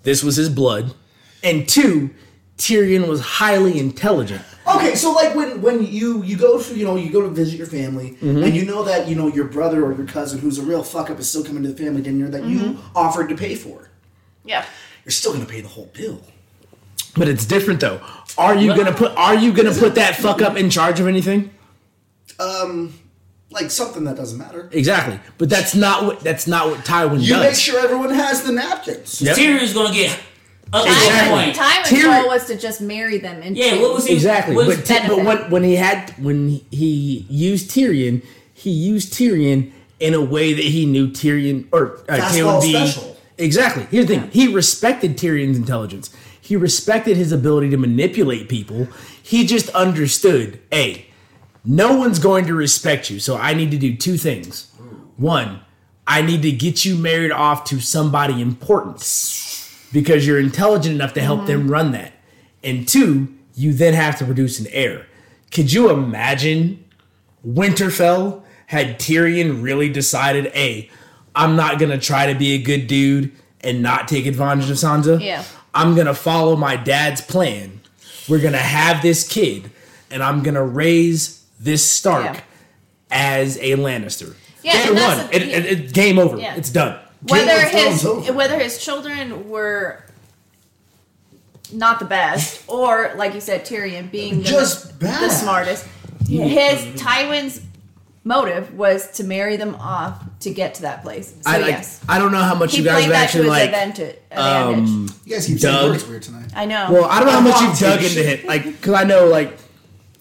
Speaker 1: this was his blood, and two, Tyrion was highly intelligent.
Speaker 2: Okay, so like when when you you go to you know you go to visit your family
Speaker 1: Mm-hmm.
Speaker 2: and you know that you know your brother or your cousin who's a real fuck up is still coming to the family dinner that you
Speaker 4: Mm-hmm.
Speaker 2: offered to pay for.
Speaker 4: Yeah.
Speaker 2: You're still gonna pay the whole bill.
Speaker 1: But it's different though. Are you gonna put are you gonna put that fuck up in charge of anything?
Speaker 2: Like something that doesn't matter.
Speaker 1: Exactly. But that's not what that's not what Tywin
Speaker 2: You
Speaker 1: does.
Speaker 2: make sure everyone has the napkins.
Speaker 1: Yep.
Speaker 3: Tyrion's gonna get up
Speaker 1: Exactly.
Speaker 3: at that point.
Speaker 4: Time and
Speaker 1: Tyrion-
Speaker 4: goal was to just marry them. And
Speaker 3: Yeah, what was he?
Speaker 1: Exactly.
Speaker 3: What was
Speaker 1: But,
Speaker 4: the
Speaker 1: Ty- but
Speaker 4: benefit?
Speaker 1: when, when he had when he used Tyrion, he used Tyrion in a way that he knew Tyrion or uh,
Speaker 2: Fast
Speaker 1: Tyrion
Speaker 2: ball
Speaker 1: be-
Speaker 2: special.
Speaker 1: Exactly. Here's the thing: he respected Tyrion's intelligence. He respected his ability to manipulate people. He just understood, hey, no one's going to respect you, so I need to do two things. One, I need to get you married off to somebody important because you're intelligent enough to help
Speaker 4: Mm-hmm.
Speaker 1: them run that. And two, you then have to produce an heir. Could you imagine Winterfell had Tyrion really decided, hey, I'm not gonna try to be a good dude and not take advantage of Sansa.
Speaker 4: Yeah.
Speaker 1: I'm gonna follow my dad's plan. We're gonna have this kid, and I'm gonna raise this Stark
Speaker 4: Yeah.
Speaker 1: as a Lannister.
Speaker 4: Yeah,
Speaker 1: Day
Speaker 4: and that's
Speaker 1: one,
Speaker 4: the-
Speaker 1: it, it, it- game over.
Speaker 4: Yeah.
Speaker 1: It's done.
Speaker 4: whether
Speaker 2: Game of
Speaker 4: his
Speaker 2: Thrones over.
Speaker 4: whether his children were not the best, or like you said, Tyrion being the,
Speaker 2: Just bad.
Speaker 4: the smartest. His Tywin's motive was to marry them off to get to that place. So
Speaker 1: I like.
Speaker 4: yes,
Speaker 1: I don't know how much
Speaker 4: he
Speaker 1: you guys have
Speaker 4: played that to
Speaker 1: actually
Speaker 4: his
Speaker 1: like.
Speaker 4: advantage. advantage.
Speaker 2: You guys keep
Speaker 1: Doug.
Speaker 2: saying words weird tonight.
Speaker 4: I know.
Speaker 1: Well, I don't know how much you've
Speaker 2: Oh,
Speaker 1: dug
Speaker 2: shit.
Speaker 1: into it, like because I know like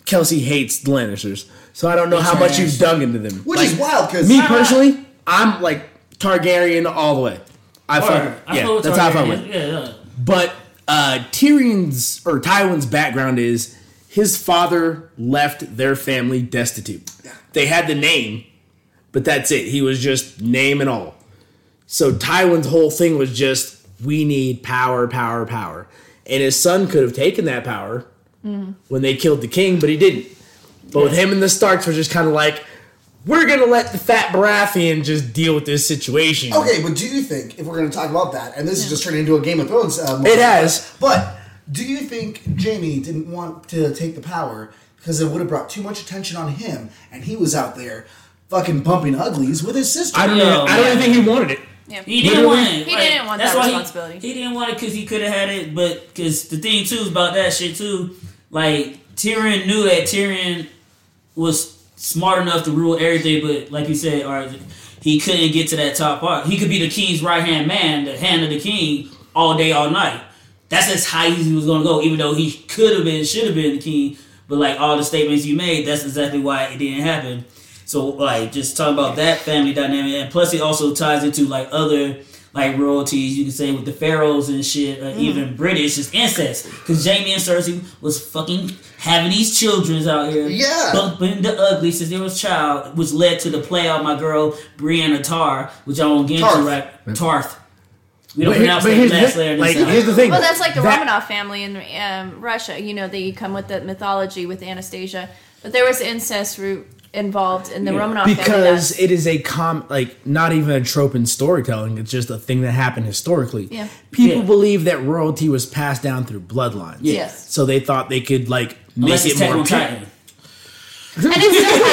Speaker 1: Kelsey hates the Lannisters, so I don't know how much you've dug into them.
Speaker 2: Which
Speaker 1: Like,
Speaker 2: is wild because
Speaker 1: Me personally, I'm like Targaryen all the way. I
Speaker 3: Word.
Speaker 1: fuck,
Speaker 3: I
Speaker 1: yeah,
Speaker 3: fuck with
Speaker 1: that's how I fuck
Speaker 3: Targaryen.
Speaker 1: with. it.
Speaker 3: Yeah, yeah.
Speaker 1: But uh, Tyrion's or Tywin's background is his father left their family destitute. They had the name, but that's it. He was just name and all. So Tywin's whole thing was just we need power, power, power. And his son could have taken that power when they killed the king, but he didn't. But with him and the Starks were just kind of like, we're gonna let the fat Baratheon just deal with this situation.
Speaker 2: Okay, but do you think if we're going to talk about that, and this is just turning into a Game of Thrones? Uh, moment,
Speaker 1: It has.
Speaker 2: But do you think Jamie didn't want to take the power because it would have brought too much attention on him, and he was out there fucking bumping uglies with his sister?
Speaker 1: I don't know. I don't even think he wanted it.
Speaker 4: yeah.
Speaker 3: He didn't
Speaker 1: Literally.
Speaker 3: want it.
Speaker 4: He
Speaker 3: Like,
Speaker 4: didn't want
Speaker 3: that's
Speaker 4: that
Speaker 3: why he-
Speaker 4: responsibility.
Speaker 3: He, didn't want it because he could have had it, but because the thing too is about that shit too. Like Tyrion knew that Tyrion was smart enough to rule everything, but like you said, or he couldn't get to that top part. He could be the king's right hand man, the hand of the king, all day, all night. That's as high as he was gonna go, even though he could have been, should have been the king. But like all the statements you made, that's exactly why it didn't happen. So like just talking about that family dynamic, and plus it also ties into like other like royalties, you can say with the pharaohs and shit, or even British, is incest. Because Jamie and Cersei was fucking having these children out here,
Speaker 2: Yeah.
Speaker 3: bumping the ugly since they was child, which led to the play on my girl Brianna Tar, which I won't get into
Speaker 2: Tarth.
Speaker 3: right. Tarth. We don't
Speaker 1: But, here-
Speaker 3: pronounce
Speaker 1: but
Speaker 3: that
Speaker 1: here's,
Speaker 3: last letter. in
Speaker 1: like,
Speaker 3: this
Speaker 1: here's the thing.
Speaker 4: Well, that's like the
Speaker 1: That-
Speaker 4: Romanov family in um, Russia. You know, they come with that mythology with Anastasia, but there was incest root involved in the Romanov family.
Speaker 1: because
Speaker 4: That's-
Speaker 1: it is a com like not even a trope in storytelling it's just a thing that happened historically
Speaker 4: Yeah.
Speaker 1: people
Speaker 3: Yeah.
Speaker 1: believe that royalty was passed down through bloodlines
Speaker 4: Yes.
Speaker 1: so they thought they could like make
Speaker 3: Unless it's
Speaker 1: it more
Speaker 3: Techno
Speaker 1: pure.
Speaker 3: Titan.
Speaker 1: [LAUGHS]
Speaker 4: and it still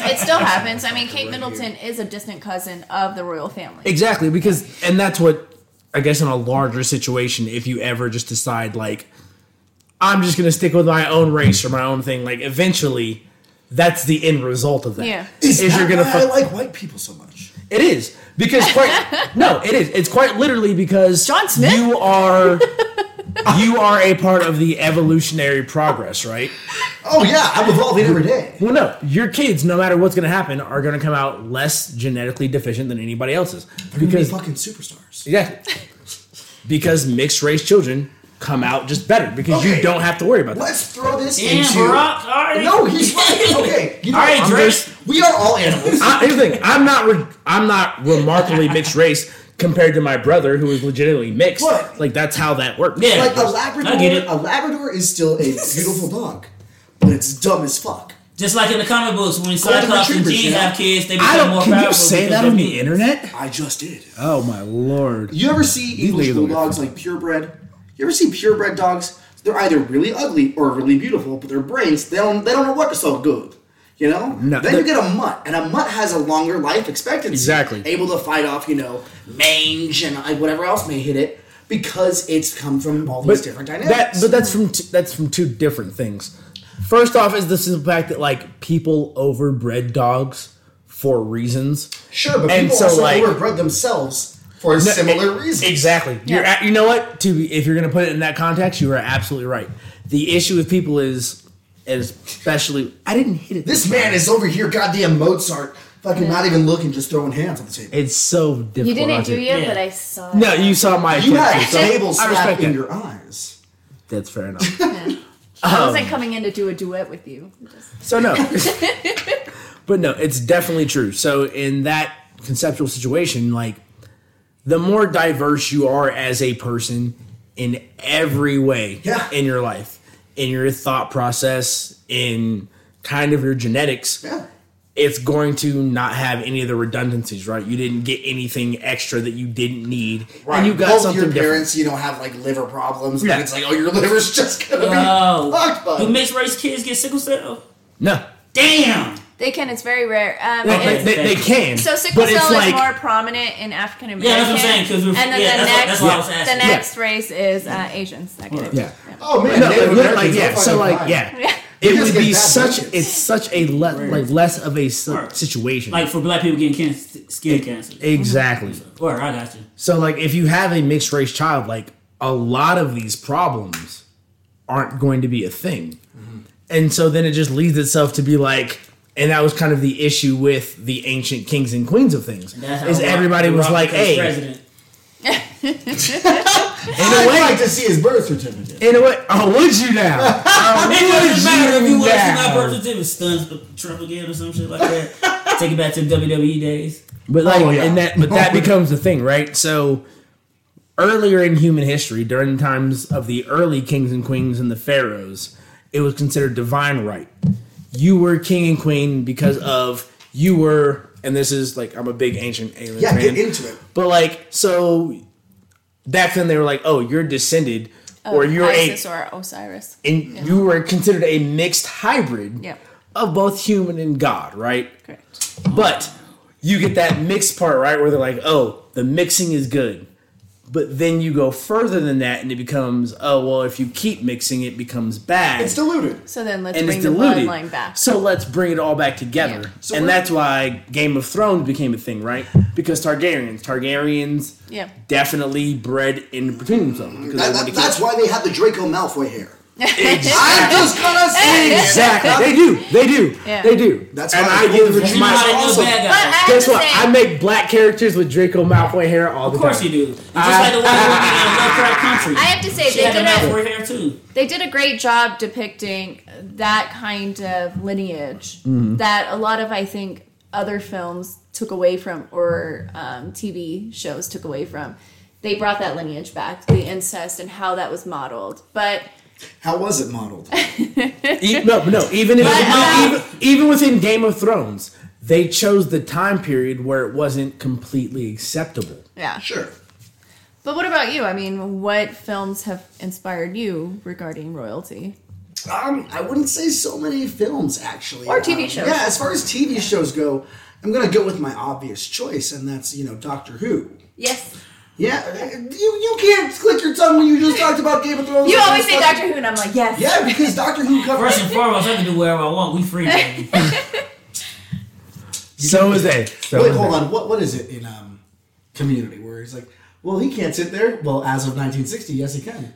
Speaker 4: happens. It still happens. I mean, Kate Middleton is a distant cousin of the royal family.
Speaker 1: exactly because and that's what i guess in a larger situation if you ever just decide like i'm just gonna stick with my own race or my own thing like eventually that's the end result of that
Speaker 4: Yeah.
Speaker 1: is
Speaker 2: Is
Speaker 1: you're
Speaker 2: that
Speaker 1: gonna
Speaker 2: why
Speaker 1: fuck-
Speaker 2: I like white people so much.
Speaker 1: It is because
Speaker 4: [LAUGHS]
Speaker 1: quite no, it is. It's quite literally because
Speaker 4: John Smith?
Speaker 1: You
Speaker 4: [LAUGHS]
Speaker 1: are you are a part of the evolutionary progress, right?
Speaker 2: Oh yeah, I'm evolving every day.
Speaker 1: Well, no, your kids, no matter what's going to happen, are going to come out less genetically deficient than anybody else's
Speaker 2: We're gonna be
Speaker 1: because
Speaker 2: fucking superstars.
Speaker 1: yeah, because mixed race children come out just better because you
Speaker 2: Okay.
Speaker 1: don't have to worry about that.
Speaker 2: Let's throw this
Speaker 3: Damn,
Speaker 2: into.
Speaker 3: Barack, all right.
Speaker 2: No, he's
Speaker 3: [LAUGHS]
Speaker 2: right. Okay, you know,
Speaker 3: All right,
Speaker 2: I'm
Speaker 1: Drake.
Speaker 2: just- we are all animals.
Speaker 1: I, Uh, here's the thing: I'm not re- I'm not remarkably mixed race compared to my brother who is legitimately mixed.
Speaker 2: What?
Speaker 1: Like that's how that works.
Speaker 3: Yeah.
Speaker 2: like a
Speaker 3: I get it.
Speaker 2: Labrador, a Labrador is still a
Speaker 3: [LAUGHS]
Speaker 2: beautiful dog, but it's dumb as fuck.
Speaker 3: Just like in the comic books, when Cyclops and
Speaker 2: Retrievers,
Speaker 3: Jean
Speaker 2: you know?
Speaker 3: have kids, they
Speaker 1: I
Speaker 3: become more
Speaker 1: don't. Can
Speaker 3: powerful.
Speaker 1: you say
Speaker 3: because
Speaker 1: that
Speaker 3: they're
Speaker 1: on the
Speaker 3: mutants.
Speaker 1: internet?
Speaker 2: I just did.
Speaker 1: Oh my lord.
Speaker 2: You ever see
Speaker 1: niggas don't
Speaker 2: English
Speaker 1: give a
Speaker 2: bulldogs like purebred? You ever see purebred dogs? They're either really ugly or really beautiful, but their brains they don't they don't know what's so good. You know?
Speaker 1: No,
Speaker 2: then
Speaker 1: the-
Speaker 2: you get a mutt, and a mutt has a longer life expectancy.
Speaker 1: Exactly.
Speaker 2: Able to fight off, you know, mange and like, whatever else may hit it because it's come from all these different
Speaker 1: That,
Speaker 2: dynamics.
Speaker 1: but that's from t- that's from two different things. First off, is the simple fact that like people overbred dogs for reasons.
Speaker 2: sure, but
Speaker 1: and
Speaker 2: people
Speaker 1: so,
Speaker 2: also
Speaker 1: like-
Speaker 2: overbred themselves for a similar reason.
Speaker 1: Exactly. You're
Speaker 4: Yeah.
Speaker 1: at, you know what? To be, if you're going to put it in that context, you are absolutely right. The issue with people is, and especially, I didn't hit it.
Speaker 2: This man is over here, goddamn Mozart, fucking not even looking, just throwing hands on the table.
Speaker 1: It's so difficult.
Speaker 4: You didn't
Speaker 1: not
Speaker 4: do
Speaker 1: to-
Speaker 4: it,
Speaker 3: Yeah.
Speaker 4: but I saw.
Speaker 1: No,
Speaker 4: it.
Speaker 1: you saw my.
Speaker 2: You had a
Speaker 1: attention, so
Speaker 2: table
Speaker 1: I
Speaker 2: slap
Speaker 1: respect
Speaker 2: in
Speaker 1: that.
Speaker 2: your eyes.
Speaker 1: That's fair
Speaker 2: [LAUGHS]
Speaker 1: enough.
Speaker 4: I wasn't coming in to do a duet with you. Just-
Speaker 1: So no, but no, it's definitely true. So in that conceptual situation, like the more diverse you are as a person in every way
Speaker 2: Yeah.
Speaker 1: in your life, in your thought process, in kind of your genetics,
Speaker 2: Yeah.
Speaker 1: it's going to not have any of the redundancies, right? You didn't get anything extra that you didn't need, and you got
Speaker 2: Both
Speaker 1: something
Speaker 2: your
Speaker 1: different.
Speaker 2: parents, you know, have like liver problems.
Speaker 1: Yeah.
Speaker 2: And it's like, oh, your liver's just gonna
Speaker 3: Yo.
Speaker 2: be fucked,
Speaker 3: Do
Speaker 2: bud.
Speaker 3: mixed race kids get sickle cell?
Speaker 1: No,
Speaker 3: Damn!
Speaker 4: They can. It's very rare. Um,
Speaker 1: No,
Speaker 4: it's-
Speaker 1: they, they, they can.
Speaker 4: So sickle
Speaker 1: but it's
Speaker 4: cell
Speaker 1: like,
Speaker 4: is more prominent in African American.
Speaker 3: Yeah, that's what I'm saying, 'cause
Speaker 4: and
Speaker 3: we're-
Speaker 4: then
Speaker 3: yeah,
Speaker 4: the
Speaker 3: that's what- that's
Speaker 4: next,
Speaker 3: what I was asking.
Speaker 4: the
Speaker 1: Yeah.
Speaker 4: next race is uh, Asians. That kind of
Speaker 1: Yeah.
Speaker 2: Oh man,
Speaker 1: no,
Speaker 2: Native
Speaker 1: it would, like
Speaker 2: Americans,
Speaker 1: yeah.
Speaker 2: they're
Speaker 1: So
Speaker 2: fucking
Speaker 1: like
Speaker 2: fine.
Speaker 1: yeah,
Speaker 2: You
Speaker 1: it
Speaker 2: just
Speaker 1: would
Speaker 2: get
Speaker 1: be
Speaker 2: bad
Speaker 1: such.
Speaker 2: bitches.
Speaker 1: It's such a le- like less of a si-
Speaker 3: Right.
Speaker 1: situation.
Speaker 3: Like for black people getting can- skin cancer.
Speaker 1: exactly.
Speaker 3: Or I got you.
Speaker 1: So like if you have a mixed race child, like a lot of these problems aren't going to be a thing, and so then it just leads itself to be like. And that was kind of the issue with the ancient kings and queens of things.
Speaker 3: That's how
Speaker 1: Is
Speaker 3: Barack-
Speaker 1: everybody was
Speaker 3: Barack
Speaker 1: like,
Speaker 3: becomes
Speaker 1: "Hey,
Speaker 3: president.
Speaker 1: in a
Speaker 2: I'd like
Speaker 1: way,
Speaker 2: to see his birth certificate.
Speaker 1: in a way, oh, would you now? Oh,
Speaker 3: It doesn't matter if
Speaker 1: would
Speaker 3: you
Speaker 1: you
Speaker 3: watch my
Speaker 1: now?
Speaker 3: birth certificate stuns Trump again or some shit like [LAUGHS] that. Take it back to the WWE days.
Speaker 1: But like,
Speaker 2: Oh, yeah.
Speaker 1: and that, but that
Speaker 2: [LAUGHS] Oh, yeah.
Speaker 1: becomes the thing, right? So earlier in human history, during the times of the early kings and queens and the pharaohs, it was considered divine right. You were king and queen because of you were, and this is like I'm a big ancient alien
Speaker 2: Yeah,
Speaker 1: fan,
Speaker 2: get into it.
Speaker 1: but like so back then they were like, oh, you're descended, or
Speaker 4: Or
Speaker 1: you're a,
Speaker 4: Isis or Osiris.
Speaker 1: and you were considered a mixed hybrid
Speaker 4: Yeah.
Speaker 1: of both human and god, right?
Speaker 4: Correct.
Speaker 1: But you get that mixed part, right? Where they're like, oh, the mixing is good. But then you go further than that and it becomes, oh, well, if you keep mixing, it becomes bad.
Speaker 2: It's diluted.
Speaker 4: So then let's
Speaker 1: and
Speaker 4: bring
Speaker 1: it's
Speaker 4: the
Speaker 1: diluted.
Speaker 4: bloodline back.
Speaker 1: So let's bring it all back together.
Speaker 4: Yeah.
Speaker 2: So
Speaker 1: and
Speaker 2: we're-
Speaker 1: that's why Game of Thrones became a thing, right? Because Targaryens, Targaryens
Speaker 4: Yeah.
Speaker 1: definitely bred in between themselves. Because they
Speaker 2: That- that-
Speaker 1: wanted to kill-
Speaker 2: that's why they have the Draco Malfoy hair. I'm just gonna say
Speaker 1: Exactly. they do. They do.
Speaker 4: Yeah.
Speaker 1: They do.
Speaker 2: That's
Speaker 1: and
Speaker 2: why
Speaker 1: I
Speaker 2: I
Speaker 1: give it
Speaker 2: voted for
Speaker 1: to
Speaker 3: You know how
Speaker 1: my.
Speaker 3: to do
Speaker 2: also-
Speaker 3: bad
Speaker 4: But [LAUGHS] I
Speaker 3: guys.
Speaker 4: have
Speaker 1: Guess
Speaker 4: to
Speaker 1: what?
Speaker 4: say,
Speaker 1: I make black characters with Draco Malfoy hair all the
Speaker 3: uh, Of
Speaker 1: time.
Speaker 3: course you do. Just like the way we did in Lovecraft Country.
Speaker 4: I have to say
Speaker 3: she
Speaker 4: they
Speaker 3: had
Speaker 4: did
Speaker 3: a mouth
Speaker 4: a
Speaker 3: for hair too.
Speaker 4: they did a great job depicting that kind of lineage
Speaker 1: Mm-hmm.
Speaker 4: that a lot of I think other films took away from or um, TV shows took away from. They brought that lineage back, the incest and how that was modeled. But
Speaker 2: How was it modeled?
Speaker 1: E- no, no. Even in,
Speaker 4: But-
Speaker 1: even, even within Game of Thrones, they chose the time period where it wasn't completely acceptable.
Speaker 4: yeah.
Speaker 2: Sure.
Speaker 4: But what about you? I mean, what films have inspired you regarding royalty?
Speaker 2: Um, I wouldn't say so many films actually.
Speaker 4: Or TV
Speaker 2: Um,
Speaker 4: shows.
Speaker 2: Yeah, as far as TV shows go, I'm gonna go with my obvious choice, and that's you know Doctor Who.
Speaker 4: Yes.
Speaker 2: Yeah, you you can't click your tongue when you just talked about Game of Thrones.
Speaker 4: You
Speaker 2: Like,
Speaker 4: always
Speaker 2: that's
Speaker 4: say
Speaker 2: not-
Speaker 4: Doctor Who, and I'm like, yes.
Speaker 2: Yeah, because Doctor Who covers
Speaker 3: First and foremost, I can do whatever I want. We free. baby.
Speaker 1: So is they. So
Speaker 2: Wait,
Speaker 1: is
Speaker 2: hold
Speaker 1: they.
Speaker 2: on. What what is it in um, Community where he's like, well, he can't sit there. Well, as of 1960, yes, he can.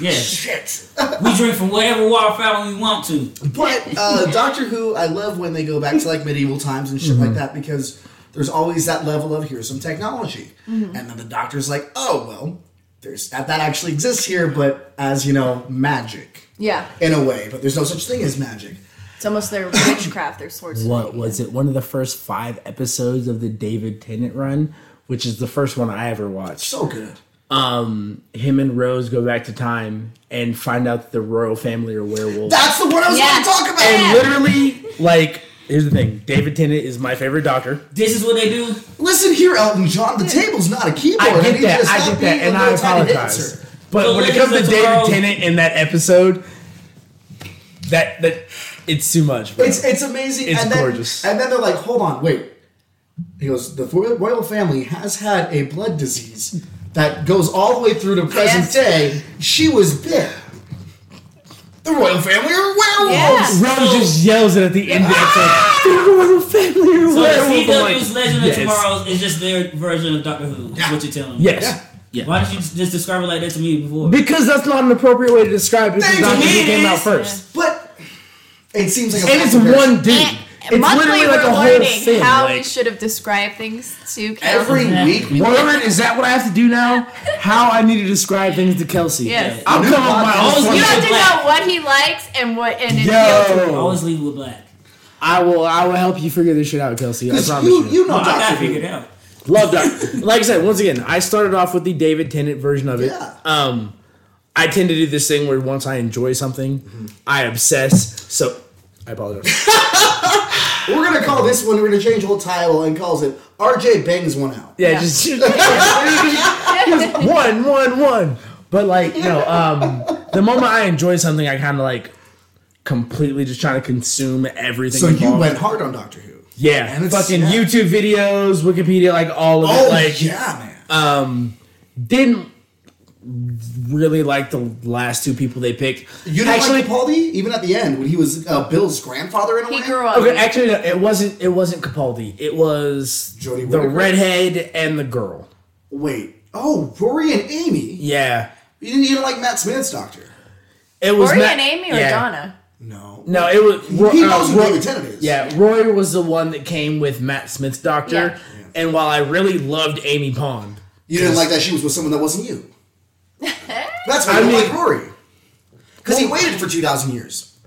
Speaker 3: Yes.
Speaker 2: Shit.
Speaker 3: We drink from whatever water fountain we want to.
Speaker 2: But uh, Doctor Who, I love when they go back to like medieval times and shit like
Speaker 1: Mm-hmm.
Speaker 2: that because there's always that level of here's some technology, and then the Doctor's like, oh well, there's that that actually exists here, but as you know, magic
Speaker 4: Yeah.
Speaker 2: in a way, but there's no such thing as magic.
Speaker 4: It's almost their witchcraft, their swords.
Speaker 1: What was it? One of the first five episodes of the David Tennant run, which is the first one I ever watched.
Speaker 2: So good.
Speaker 1: Um, him and Rose go back to time and find out that the royal family are werewolves.
Speaker 2: That's the one I was
Speaker 4: Yeah.
Speaker 2: going to talk about.
Speaker 1: and literally, like, here's the thing: David Tennant is my favorite Doctor.
Speaker 3: This is what they do.
Speaker 2: Listen here, Elton John. The table's not a keyboard.
Speaker 1: I
Speaker 2: need
Speaker 1: get
Speaker 2: you to
Speaker 1: that.
Speaker 2: stop
Speaker 1: I get that,
Speaker 2: being a
Speaker 1: and I
Speaker 2: little tiny
Speaker 1: apologize.
Speaker 2: dancer.
Speaker 1: But
Speaker 3: So
Speaker 1: when it
Speaker 3: ladies
Speaker 1: comes to
Speaker 3: of the
Speaker 1: David
Speaker 3: world-
Speaker 1: Tennant in that episode, that that it's too much. Bro.
Speaker 2: It's it's amazing.
Speaker 1: It's
Speaker 2: and then,
Speaker 1: gorgeous.
Speaker 2: And then they're like, hold on, wait. He goes, the royal royal family has had a blood disease that goes all the way through to present
Speaker 4: Yes.
Speaker 2: day. She was bit. The royal family are werewolves.
Speaker 4: Yeah.
Speaker 1: Rose just yells it at the end of the
Speaker 2: Ah!
Speaker 1: episode. The royal family are
Speaker 3: So the
Speaker 1: werewolves." I'm
Speaker 3: CW's Legend of
Speaker 1: yes.
Speaker 3: Tomorrow is just their version of Doctor Who. Is
Speaker 2: Yeah.
Speaker 3: what you're telling me.
Speaker 1: Yes.
Speaker 2: Yeah.
Speaker 3: Why didn't you just describe it like that to me before?
Speaker 1: Because that's not an appropriate way to describe it. Because
Speaker 2: Thank
Speaker 1: Doctor
Speaker 3: you.
Speaker 1: Who came out
Speaker 3: Yeah.
Speaker 1: first,
Speaker 2: But it seems like a
Speaker 1: and it's
Speaker 2: bad comparison.
Speaker 1: one dude.
Speaker 4: And
Speaker 1: it's literally like a whole thing.
Speaker 4: Eh, how we
Speaker 1: like,
Speaker 4: should have described things to Kel.
Speaker 2: Every week, we
Speaker 1: Word, is that what I have to do now? How I need to describe things to Kelsey?
Speaker 4: Yes.
Speaker 1: I'll
Speaker 2: New
Speaker 1: come up with my
Speaker 2: podcast.
Speaker 1: own.
Speaker 4: you
Speaker 1: formula.
Speaker 4: have to
Speaker 3: Black.
Speaker 4: know what he likes and what and his
Speaker 1: Yo.
Speaker 3: Always leave with black.
Speaker 1: I will. I will help you figure this shit out, Kelsey. I promise you.
Speaker 2: you, you know
Speaker 3: Well, I
Speaker 2: Doctor
Speaker 3: gotta
Speaker 2: Who.
Speaker 3: figure it out.
Speaker 1: Love that. like I said, once again, I started off with the David Tennant version of it.
Speaker 2: Yeah.
Speaker 1: Um, I tend to do this thing where once I enjoy something,
Speaker 2: Mm-hmm.
Speaker 1: I obsess. So, I
Speaker 2: [LAUGHS]
Speaker 1: apologize.
Speaker 2: We're gonna call this one. We're gonna change the whole title and calls it RJ bangs one out.
Speaker 1: Yeah,
Speaker 4: Yeah.
Speaker 1: just just one, one, one. But like, no. Um, the moment I enjoy something, I kind of like completely just trying to consume everything.
Speaker 2: [LAUGHS] So you
Speaker 1: involved.
Speaker 2: went hard on Doctor Who.
Speaker 1: yeah,
Speaker 2: And it's-
Speaker 1: fucking
Speaker 2: yeah.
Speaker 1: YouTube videos, Wikipedia, like all of
Speaker 2: Oh
Speaker 1: it. Like,
Speaker 2: yeah, man.
Speaker 1: um, didn't really like the last two people they picked.
Speaker 2: You didn't
Speaker 1: actually,
Speaker 2: like Capaldi even at the end when he was uh, Bill's grandfather in a
Speaker 4: He
Speaker 2: way.
Speaker 4: grew up.
Speaker 1: okay, actually, no, it wasn't. It wasn't Capaldi. It was
Speaker 2: Jodie
Speaker 1: the
Speaker 2: Whittaker?
Speaker 1: redhead and the girl.
Speaker 2: Wait, oh Rory and Amy.
Speaker 1: Yeah,
Speaker 2: You didn't even like Matt Smith's doctor.
Speaker 1: it was
Speaker 4: Ori
Speaker 1: not-
Speaker 4: and Amy or
Speaker 1: yeah.
Speaker 4: Donna?
Speaker 2: No.
Speaker 1: No, it was. Ro-
Speaker 2: He knows
Speaker 1: uh,
Speaker 2: who
Speaker 1: Ro-
Speaker 2: David Tennant is.
Speaker 1: Yeah, Roy was the one that came with Matt Smith's doctor.
Speaker 4: Yeah.
Speaker 1: And while I really loved Amy Pond,
Speaker 2: You didn't like that she was with someone that wasn't you. That's
Speaker 1: I
Speaker 2: why you don't
Speaker 1: mean-
Speaker 2: like Rory. Because he waited for two thousand years.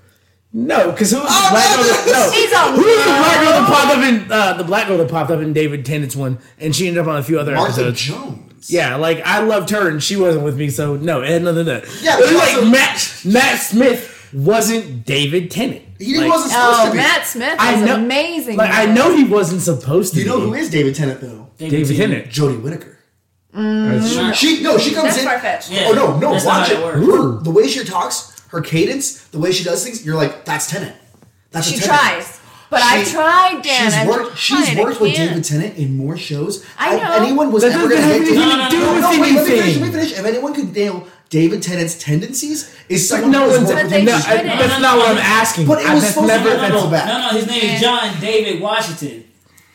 Speaker 1: no, because who was
Speaker 2: Oh,
Speaker 1: the black girl? That, no,
Speaker 4: She's a
Speaker 1: who was the black girl that popped up in uh, the black girl that popped up in David Tennant's one, and she ended up on a few other
Speaker 2: Martha
Speaker 1: episodes.
Speaker 2: Jones.
Speaker 1: Yeah, like I loved her and she wasn't with me, so no, it had nothing to do. Yeah,
Speaker 2: Yeah,
Speaker 1: it was
Speaker 2: but
Speaker 1: like
Speaker 2: also-
Speaker 1: Matt Matt Smith wasn't David Tennant.
Speaker 2: He
Speaker 1: Like,
Speaker 2: wasn't supposed to
Speaker 4: Oh,
Speaker 2: be.
Speaker 4: Matt Smith
Speaker 1: I
Speaker 4: was
Speaker 1: know-
Speaker 4: amazing.
Speaker 1: Like I know he wasn't supposed to.
Speaker 2: You know
Speaker 1: be.
Speaker 2: who is David Mm-hmm. Tennant though?
Speaker 1: David Tennant.
Speaker 2: Jodie Whittaker.
Speaker 1: That's true.
Speaker 2: She no, she comes
Speaker 4: That's
Speaker 2: in.
Speaker 4: far-fetched.
Speaker 3: Yeah,
Speaker 2: Oh no, no,
Speaker 3: that's not
Speaker 2: watch
Speaker 3: how
Speaker 2: it.
Speaker 3: it works.
Speaker 2: Her- the way she talks, her cadence, the way she does things, you're like, that's Tennant. That's
Speaker 4: She
Speaker 2: a Tennant.
Speaker 4: tries. But I
Speaker 2: She-
Speaker 4: tried, Dan.
Speaker 2: She's
Speaker 4: I've
Speaker 2: worked. She's
Speaker 4: tried, I
Speaker 2: worked with
Speaker 4: can't.
Speaker 2: David Tennant in more shows.
Speaker 4: I
Speaker 2: than
Speaker 4: know.
Speaker 2: anyone was
Speaker 1: That
Speaker 2: ever
Speaker 1: doesn't
Speaker 2: going
Speaker 1: have
Speaker 2: to
Speaker 1: anything
Speaker 3: No, no,
Speaker 1: to
Speaker 3: no,
Speaker 1: do
Speaker 3: no,
Speaker 1: with
Speaker 2: No, wait, let me finish. Let me
Speaker 1: anything.
Speaker 2: finish. If anyone could nail David Tennant's tendencies, is
Speaker 1: But
Speaker 2: someone
Speaker 1: no
Speaker 2: who's
Speaker 1: one's.
Speaker 2: worked
Speaker 1: No,
Speaker 2: with
Speaker 4: they
Speaker 1: I-
Speaker 2: him.
Speaker 4: just did it.
Speaker 1: that's not what I'm asking.
Speaker 2: But it
Speaker 1: I-
Speaker 2: was
Speaker 1: that's
Speaker 2: supposed to
Speaker 1: never.
Speaker 2: be-
Speaker 1: that's-
Speaker 2: back.
Speaker 3: No, no, his name is John David Washington.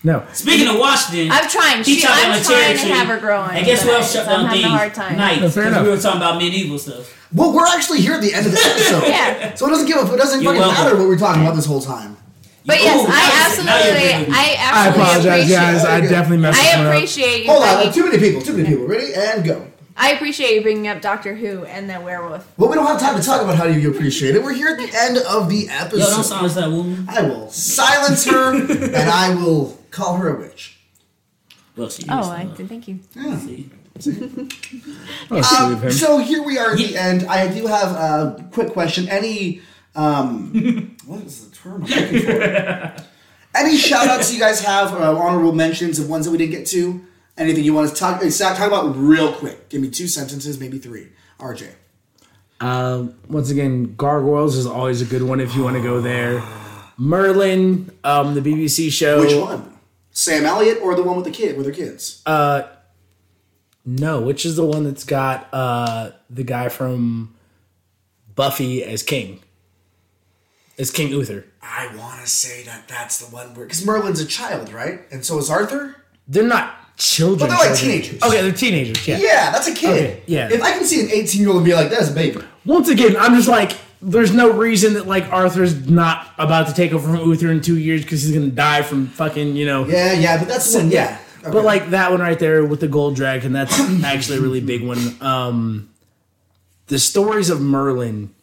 Speaker 1: No.
Speaker 3: Speaking of Washington,
Speaker 4: I'm trying.
Speaker 3: he
Speaker 4: She,
Speaker 3: chopped down
Speaker 4: I'm
Speaker 3: a cherry
Speaker 4: trying to
Speaker 3: tree.
Speaker 4: have her growing.
Speaker 3: And guess who else
Speaker 4: but
Speaker 3: shut down
Speaker 4: I'm having
Speaker 3: things?
Speaker 4: a hard time.
Speaker 3: Night.
Speaker 1: No, fair
Speaker 3: 'cause
Speaker 1: enough.
Speaker 3: we were talking about medieval stuff.
Speaker 2: Well, we're actually here at the
Speaker 4: [LAUGHS]
Speaker 2: end of this episode.
Speaker 4: Yeah.
Speaker 2: So it doesn't give a it doesn't
Speaker 3: You're
Speaker 2: fucking
Speaker 3: welcome.
Speaker 2: matter what we're talking about this whole time.
Speaker 4: But yes,
Speaker 3: Ooh, now you- now
Speaker 4: I
Speaker 3: you're
Speaker 4: absolutely,
Speaker 3: giving me-
Speaker 4: I
Speaker 1: I
Speaker 4: absolutely
Speaker 1: apologize,
Speaker 4: appreciate.
Speaker 1: guys. I
Speaker 2: Okay.
Speaker 1: definitely messed
Speaker 4: I
Speaker 1: something up.
Speaker 4: appreciate you.
Speaker 2: Hold on,
Speaker 4: bringing,
Speaker 2: too many people, too many people. Ready and go.
Speaker 4: I appreciate you bringing up Doctor Who and the werewolf.
Speaker 2: Well, we don't have time to talk about how you appreciate it. We're here at the end of the episode.
Speaker 3: Yo, don't silence that woman.
Speaker 2: I will silence
Speaker 1: [LAUGHS]
Speaker 2: her and I will call her a witch.
Speaker 3: Well, she
Speaker 4: Oh,
Speaker 3: is,
Speaker 4: I
Speaker 3: uh,
Speaker 4: did. Thank you.
Speaker 3: see.
Speaker 1: Oh, sweet of
Speaker 2: Um,
Speaker 1: him.
Speaker 2: so here we are at the end. I do have a quick question. Any um,
Speaker 1: [LAUGHS]
Speaker 2: what is the term I'm looking for? Any shout outs you guys have or honorable mentions of ones that we didn't get to? Anything you want to talk uh, talk about real quick? Give me two sentences, maybe three. RJ.
Speaker 1: Um, once again, Gargoyles is always a good one if you want to go there. Merlin, um, the BBC show.
Speaker 2: Which one? Sam Elliott or the one with the kid with her kids?
Speaker 1: Uh, No, which is the one that's got uh, the guy from Buffy as King, as King Uther.
Speaker 2: I want to say that that's the one where because Merlin's a child, right? And so is Arthur.
Speaker 1: They're not children.
Speaker 2: But they're like
Speaker 1: children.
Speaker 2: teenagers.
Speaker 1: Okay, they're teenagers. Yeah.
Speaker 2: Yeah, that's a kid.
Speaker 1: Okay, yeah.
Speaker 2: If I can see an 18 year old and be like, that's a baby.
Speaker 1: Once again, I'm just like, there's no reason that like Arthur's not about to take over from Uther in two years because he's gonna die from fucking you know.
Speaker 2: Yeah, yeah, but that's the one. Yeah.
Speaker 1: But like that one right there with the gold dragon, that's [COUGHS] actually a really big one. Um, the stories of Merlin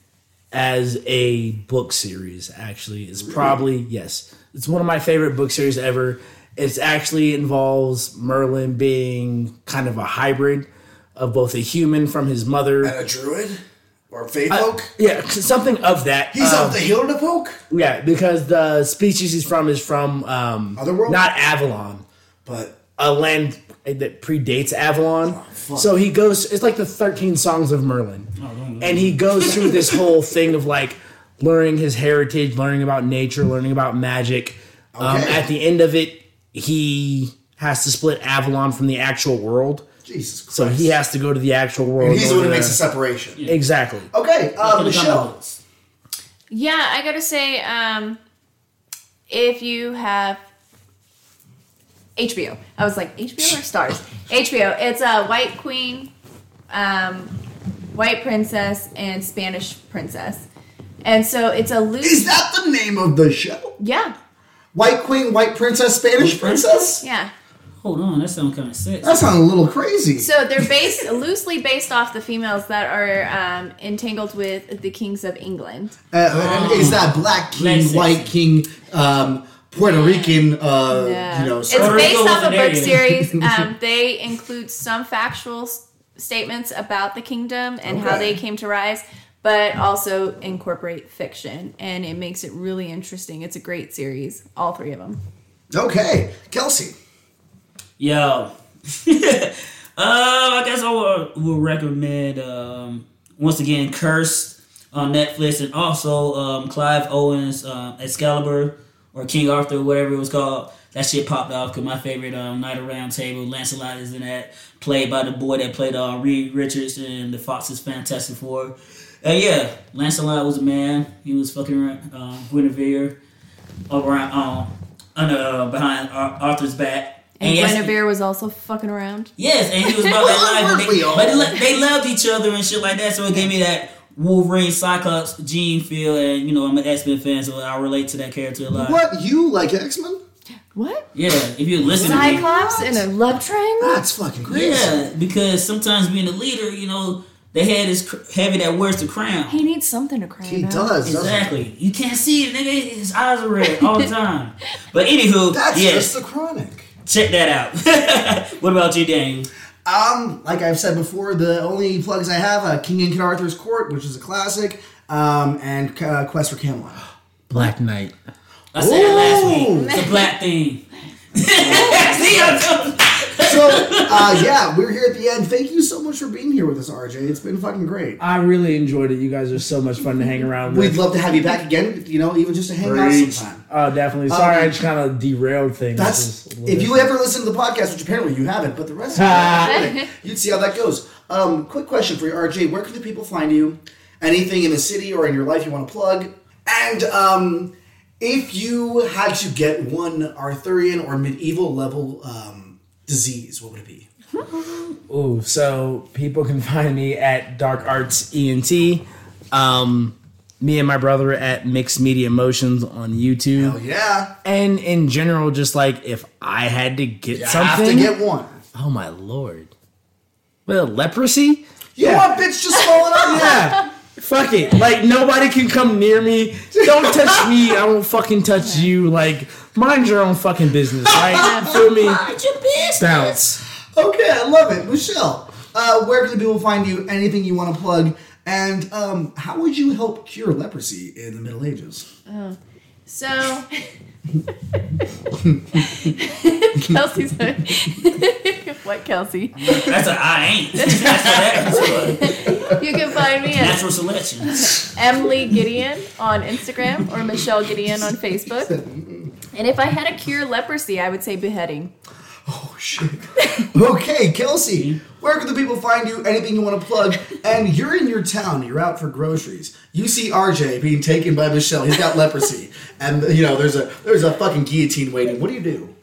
Speaker 1: as a book series actually is probably yes, it's one of my favorite book series ever. It's actually involves Merlin being kind of a hybrid of both a human from his mother,
Speaker 2: a druid or a fae folk.
Speaker 1: yeah, something of that.
Speaker 2: He's
Speaker 1: Um,
Speaker 2: up the hill to poke.
Speaker 1: yeah, because the species he's from is from um,
Speaker 2: Otherworld?
Speaker 1: not Avalon
Speaker 2: But
Speaker 1: a land that predates Avalon.
Speaker 2: Oh, fuck. Oh,
Speaker 1: so he goes. It's like the thirteen songs of Merlin, and he goes through this
Speaker 2: [LAUGHS]
Speaker 1: whole thing of like learning his heritage, learning about nature, learning about magic. Um,
Speaker 2: Okay.
Speaker 1: at the end of it, he has to split Avalon from the actual world.
Speaker 2: Jesus Christ.
Speaker 1: So he has to go to the actual world.
Speaker 2: He's the
Speaker 1: in
Speaker 2: one who
Speaker 1: order
Speaker 2: makes the
Speaker 1: to-
Speaker 2: separation.
Speaker 1: Exactly.
Speaker 2: Okay, uh,
Speaker 3: Could've done
Speaker 2: Michelle.
Speaker 3: both.
Speaker 4: Yeah, I gotta say, um, if you have HBO, I was like HBO or Stars, HBO. It's a White Queen, um, White Princess, and Spanish Princess, and so it's a loose.
Speaker 2: Is that the name of the show?
Speaker 4: yeah,
Speaker 2: White Queen, White Princess, Spanish Princess?
Speaker 4: yeah.
Speaker 3: Hold on, that sounds kind of sick.
Speaker 2: That sounds a little crazy.
Speaker 4: So they're based loosely based off the females that are um, entangled with the kings of England.
Speaker 2: Uh, is that black king,
Speaker 3: Black
Speaker 2: white king, um, Puerto Rican, uh,
Speaker 4: Yeah.
Speaker 2: you know,
Speaker 4: it's
Speaker 2: so-
Speaker 3: Puerto
Speaker 4: based
Speaker 3: Rico
Speaker 4: off
Speaker 3: wasn't
Speaker 4: a book
Speaker 2: [LAUGHS]
Speaker 3: there
Speaker 4: series. Um, they include some factual s- statements about the kingdom and how
Speaker 2: Okay.
Speaker 4: they came to rise, but also incorporate fiction, and it makes it really interesting. It's a great series, all three of them.
Speaker 2: okay, Kelsey.
Speaker 3: Yo. uh, [LAUGHS] Um, I guess I will, will recommend, um, once again, Cursed on Netflix and also um, Clive Owens' um, Excalibur or King Arthur, whatever it was called. That shit popped off because my favorite um, Knight of Round Table, Lancelot, is in that, played by the boy that played uh, Reed Richards in the Fox's Fantastic Four. And yeah, Lancelot was a man. He was fucking around, um, Guinevere around, um, under, uh, behind Ar- Arthur's back.
Speaker 4: And
Speaker 3: yes-
Speaker 4: Guinevere was also fucking around.
Speaker 3: Yes, and he
Speaker 2: [LAUGHS]
Speaker 3: was about that
Speaker 2: Well,
Speaker 3: life.
Speaker 2: of
Speaker 3: and
Speaker 2: course we
Speaker 3: They,
Speaker 2: all.
Speaker 3: but they, lo- they loved each other and shit like that, so it gave me that Wolverine, Cyclops, Jean feel. And, you know, I'm an X Men fan, so I relate to that character a lot.
Speaker 2: What, you like X Men?
Speaker 4: What?
Speaker 3: Yeah, if you listen to me.
Speaker 4: Cyclops and a love triangle?
Speaker 2: That's fucking crazy.
Speaker 3: Yeah, because sometimes being a leader, you know, the head is cr- heavy that wears the crown.
Speaker 4: He needs something to cry
Speaker 2: He
Speaker 4: about.
Speaker 2: does, doesn't he?
Speaker 3: exactly. You can't see it, nigga. His eyes are red all
Speaker 2: [LAUGHS]
Speaker 3: the time. But anywho,
Speaker 2: That's
Speaker 3: yes,
Speaker 2: just the chronic.
Speaker 3: check that out. [LAUGHS] what about you, Daniel?
Speaker 2: Um, like I've said before, the only plugs I have uh, King and King Arthur's Court, which is a classic, um, and uh, Quest for Camelot.
Speaker 1: Black Knight.
Speaker 3: I said that last
Speaker 2: Ooh.
Speaker 3: week. It's a black thing. see, I'm telling-
Speaker 2: So uh, yeah, we're here at the end. Thank you so much for being here with us, RJ. It's been fucking great.
Speaker 1: I really enjoyed it. You guys are so much fun to hang around
Speaker 2: We'd
Speaker 1: with.
Speaker 2: love to have you back again. You know, even just to hang out
Speaker 1: Preach.
Speaker 2: sometime.
Speaker 1: Oh, definitely. Sorry, I just kind of derailed things.
Speaker 2: Um, That's
Speaker 1: Just a little
Speaker 2: if you
Speaker 1: bit.
Speaker 2: ever listen to the podcast, which apparently you haven't, but the rest of it, you'd see how that goes. Um, quick question for you, RJ: Where can the people find you? Anything in the city or in your life you want to plug? And um, If you had to get one Arthurian or medieval level um, disease, what would it be?
Speaker 1: Ooh, so people can [LAUGHS] find me at Dark Arts ENT. Um, me and my brother at Mixed Media Emotions on YouTube.
Speaker 2: Oh yeah,
Speaker 1: And in general, just like if I had to get
Speaker 2: you have to
Speaker 1: something.
Speaker 2: get one.
Speaker 1: oh my lord. Well, leprosy?
Speaker 2: You
Speaker 1: Yeah.
Speaker 2: want bitch just falling on you?
Speaker 1: [LAUGHS] Yeah. Fuck it. Like nobody can come near me. Don't touch me. I won't fucking touch you. Like mind your own fucking business, right? Feel me?
Speaker 3: Mind your business.
Speaker 1: Bounce.
Speaker 2: Okay, I love it, Michelle. Uh, where can the people find you? Anything you want to plug? And um, how would you help cure leprosy in the Middle Ages?
Speaker 4: So [LAUGHS] Kelsey's like, [LAUGHS] what Kelsey?
Speaker 3: That's a I ain't. [LAUGHS] That's what happens. bud.
Speaker 4: You can find me at
Speaker 3: Natural selection. [LAUGHS]
Speaker 4: Emily Gideon on Instagram or Michelle Gideon on Facebook. And if I had to cure leprosy, I would say beheading.
Speaker 2: Oh shit. [LAUGHS] okay, Kelsey. Where can the people find you? Anything you want to plug? And you're in your town. You're out for groceries. You see RJ being taken by Michelle. He's got leprosy, [LAUGHS] and you know there's a there's a fucking guillotine waiting. What do you [LAUGHS] do?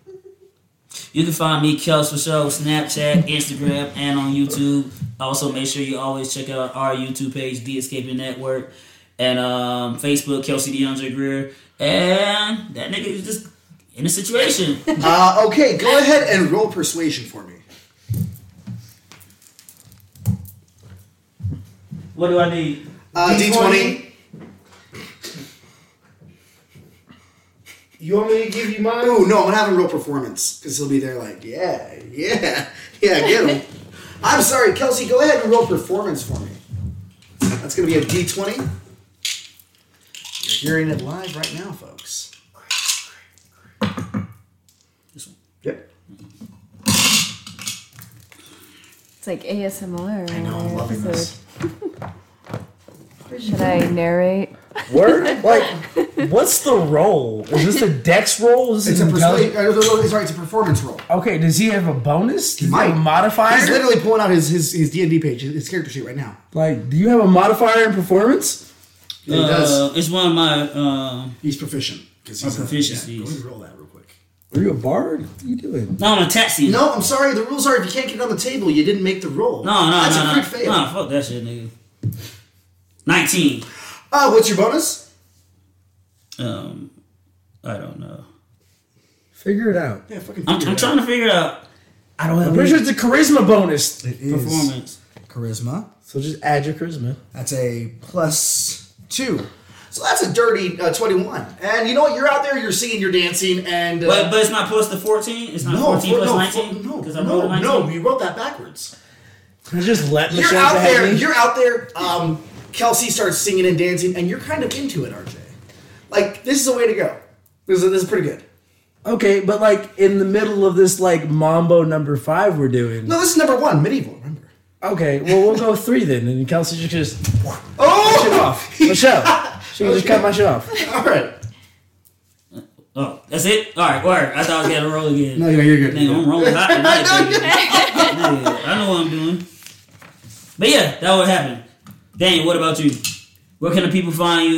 Speaker 3: You can find me, Kels for Show, Snapchat, Instagram, and on YouTube. Also, make sure you always check out our YouTube page, The Escaping Network, and um, Facebook, Kelsey DeAndre Greer. And that nigga is just in a situation.
Speaker 2: Uh, okay, go ahead and roll persuasion for me.
Speaker 3: [LAUGHS] what do I need?
Speaker 2: Uh, D20.
Speaker 5: You want me to give you mine?
Speaker 2: Oh no, I'm gonna have a real performance because he'll be there like, yeah, yeah, [LAUGHS] yeah, get him. I'm sorry, Kelsey. Go ahead and roll performance for me. That's gonna be a D20. You're hearing it live right now, folks.
Speaker 3: This one.
Speaker 2: Yep.
Speaker 4: It's like ASMR.
Speaker 2: I know, I'm loving this.
Speaker 4: Should I [LAUGHS] narrate?
Speaker 1: Word? Like, what's the role? Is this a dex roll? Is this
Speaker 5: Mm-hmm.
Speaker 2: It's a
Speaker 1: intelli-
Speaker 2: persuasion. Uh, sorry, it's a performance roll.
Speaker 1: Okay, does he have a bonus? Does he
Speaker 2: might.
Speaker 1: have a modifier?
Speaker 2: He's literally pulling out his his his D and D page, his character sheet right now.
Speaker 1: like, do you have a modifier in performance?
Speaker 2: He does.
Speaker 3: Uh, it's one of my. Uh,
Speaker 2: He's proficient because he's
Speaker 3: My
Speaker 2: a-
Speaker 3: proficiencies.
Speaker 2: yeah, go ahead and roll that real quick.
Speaker 1: Are you a bard? What are you doing?
Speaker 3: no, I'm a taxi.
Speaker 2: No, I'm sorry. The rules are if you can't get it on the table, you didn't make the roll.
Speaker 3: no, no,
Speaker 2: That's
Speaker 3: no,
Speaker 2: a
Speaker 3: no.
Speaker 2: crit fail.
Speaker 3: No, fuck that shit, nigga. 19.
Speaker 2: Uh, what's your bonus?
Speaker 3: Um, I don't know.
Speaker 1: Figure it out.
Speaker 2: Yeah, fucking.
Speaker 3: I'm,
Speaker 2: figure
Speaker 3: I'm
Speaker 2: it
Speaker 3: trying to figure it out
Speaker 1: I don't have. I'm pretty sure it's a charisma bonus.
Speaker 2: out. It is
Speaker 3: performance.
Speaker 2: charisma.
Speaker 1: So just add your charisma.
Speaker 2: That's a plus two. So that's a dirty uh, twenty-one. And you know what? You're out there. You're singing. You're dancing. And uh,
Speaker 3: But, but it's not plus the 14? It's not
Speaker 2: no,
Speaker 3: 14 plus
Speaker 2: no,
Speaker 3: 19?
Speaker 2: no,
Speaker 3: Because I rolled a
Speaker 2: no,
Speaker 3: 19.
Speaker 2: no, you wrote that backwards.
Speaker 1: You just let
Speaker 2: You're
Speaker 1: Michelle
Speaker 2: out
Speaker 1: behead
Speaker 2: there.
Speaker 1: me?
Speaker 2: You're out there. Um, Kelsey starts singing and dancing, and you're kind of into it, RJ. Like this is a way to go. This is, this is pretty good.
Speaker 1: Okay, but like in the middle of this like mambo number five we're doing.
Speaker 2: No, this is number one. Medieval. Remember.
Speaker 1: Okay, well we'll go three then, and Kelsey should just shit
Speaker 2: Oh,
Speaker 1: off.
Speaker 2: [LAUGHS]
Speaker 1: Michelle, she can just cut my shit off.
Speaker 2: all right.
Speaker 3: Oh, that's it? Alright, word. I thought I was gonna roll again.
Speaker 2: No, you're, you're good.
Speaker 3: Nigga, I'm rolling hot
Speaker 2: [LAUGHS]
Speaker 3: tonight, baby. Nigga, I know what I'm doing. But yeah, that would happen. Dang, what about you? Where can the people find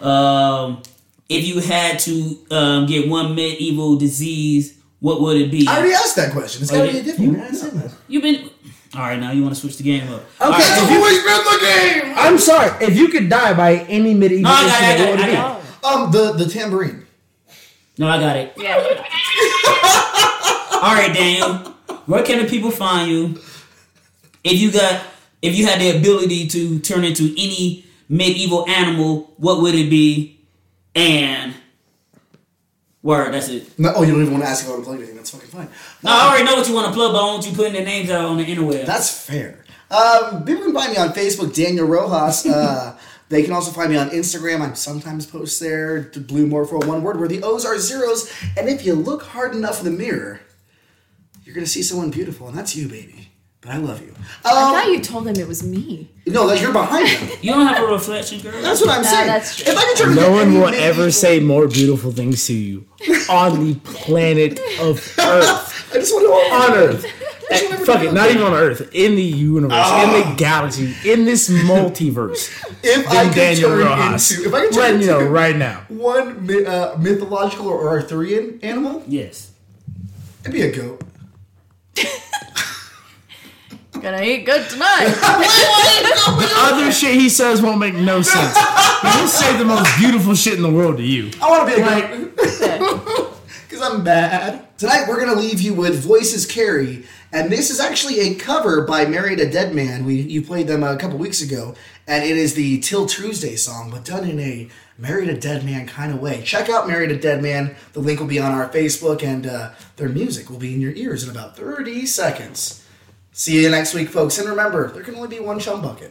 Speaker 3: you? Um, if you had to um, get one medieval disease, what would it be?
Speaker 2: I already asked that question. It's
Speaker 3: Oh,
Speaker 2: gotta
Speaker 3: you-
Speaker 2: be a different one. I said that.
Speaker 3: You've been. Alright, now you want to switch the game up.
Speaker 2: [LAUGHS]
Speaker 3: Okay.
Speaker 2: been the game?
Speaker 1: I'm sorry if you could die by any medieval
Speaker 3: No, I got
Speaker 1: instrument,
Speaker 3: it,
Speaker 1: what
Speaker 3: I
Speaker 1: would it
Speaker 3: got it, I
Speaker 1: be?
Speaker 3: got it.
Speaker 2: Um, the the tambourine.
Speaker 3: No, I got it.
Speaker 4: Yeah.
Speaker 3: All right, Daniel. Where can the people find you? If you got, if you had the ability to turn into any medieval animal, what would it be? And word, that's it.
Speaker 2: No, oh, you don't even want to ask if I want to plug anything. That's fucking fine.
Speaker 3: No, I already know what you want to plug, but I want you putting their names out on the interweb.
Speaker 2: That's fair. Um, people can find me on Facebook, Daniel Rojas. Uh, [LAUGHS] they can also find me on Instagram. I sometimes post there, to Blue Morpho, one word, where the O's are zeros. And if you look hard enough in the mirror, you're going to see someone beautiful, and that's you, baby. But I love you.
Speaker 4: I
Speaker 2: Um,
Speaker 4: thought you told him it was me.
Speaker 2: no, that you're behind them.
Speaker 3: You don't have a reflection, girl.
Speaker 2: That's what I'm
Speaker 4: Nah,
Speaker 2: saying.
Speaker 4: that's true.
Speaker 2: If I could turn
Speaker 1: No
Speaker 2: into
Speaker 1: one
Speaker 2: any
Speaker 1: will
Speaker 2: man-
Speaker 1: ever say more beautiful
Speaker 2: [LAUGHS]
Speaker 1: things to you on the planet of Earth.
Speaker 2: I just want to
Speaker 1: On Earth. Eh,
Speaker 4: Because remember
Speaker 1: Fuck it,
Speaker 4: Bill
Speaker 1: not
Speaker 4: Gates-
Speaker 1: even on Earth, in the universe, in the galaxy, in
Speaker 2: [LAUGHS]
Speaker 1: this multiverse.
Speaker 2: If Oh. I
Speaker 1: than
Speaker 2: could
Speaker 1: Daniel
Speaker 2: turn
Speaker 1: Rojas.
Speaker 2: into, if I could turn
Speaker 1: Letting
Speaker 2: into
Speaker 1: you know right now.
Speaker 2: one mi- uh, mythological or Arthurian animal,
Speaker 3: Yes.
Speaker 2: it'd be a goat.
Speaker 4: Gonna eat good tonight.
Speaker 1: Other shit he says won't make no sense. He'll say the most beautiful shit in the world to you.
Speaker 2: I want to be a [LAUGHS] goat. Because I'm bad. Tonight we're going to leave you with Voices Carry, and this is actually a cover by Married a Dead Man. We You played them a couple weeks ago, and it is the Till Tuesday song, but done in a Married a Dead Man kind of way. Check out Married a Dead Man. The link will be on our Facebook, and uh, their music will be in your ears in about 30 seconds. See you next week, folks. And remember, there can only be one chum bucket.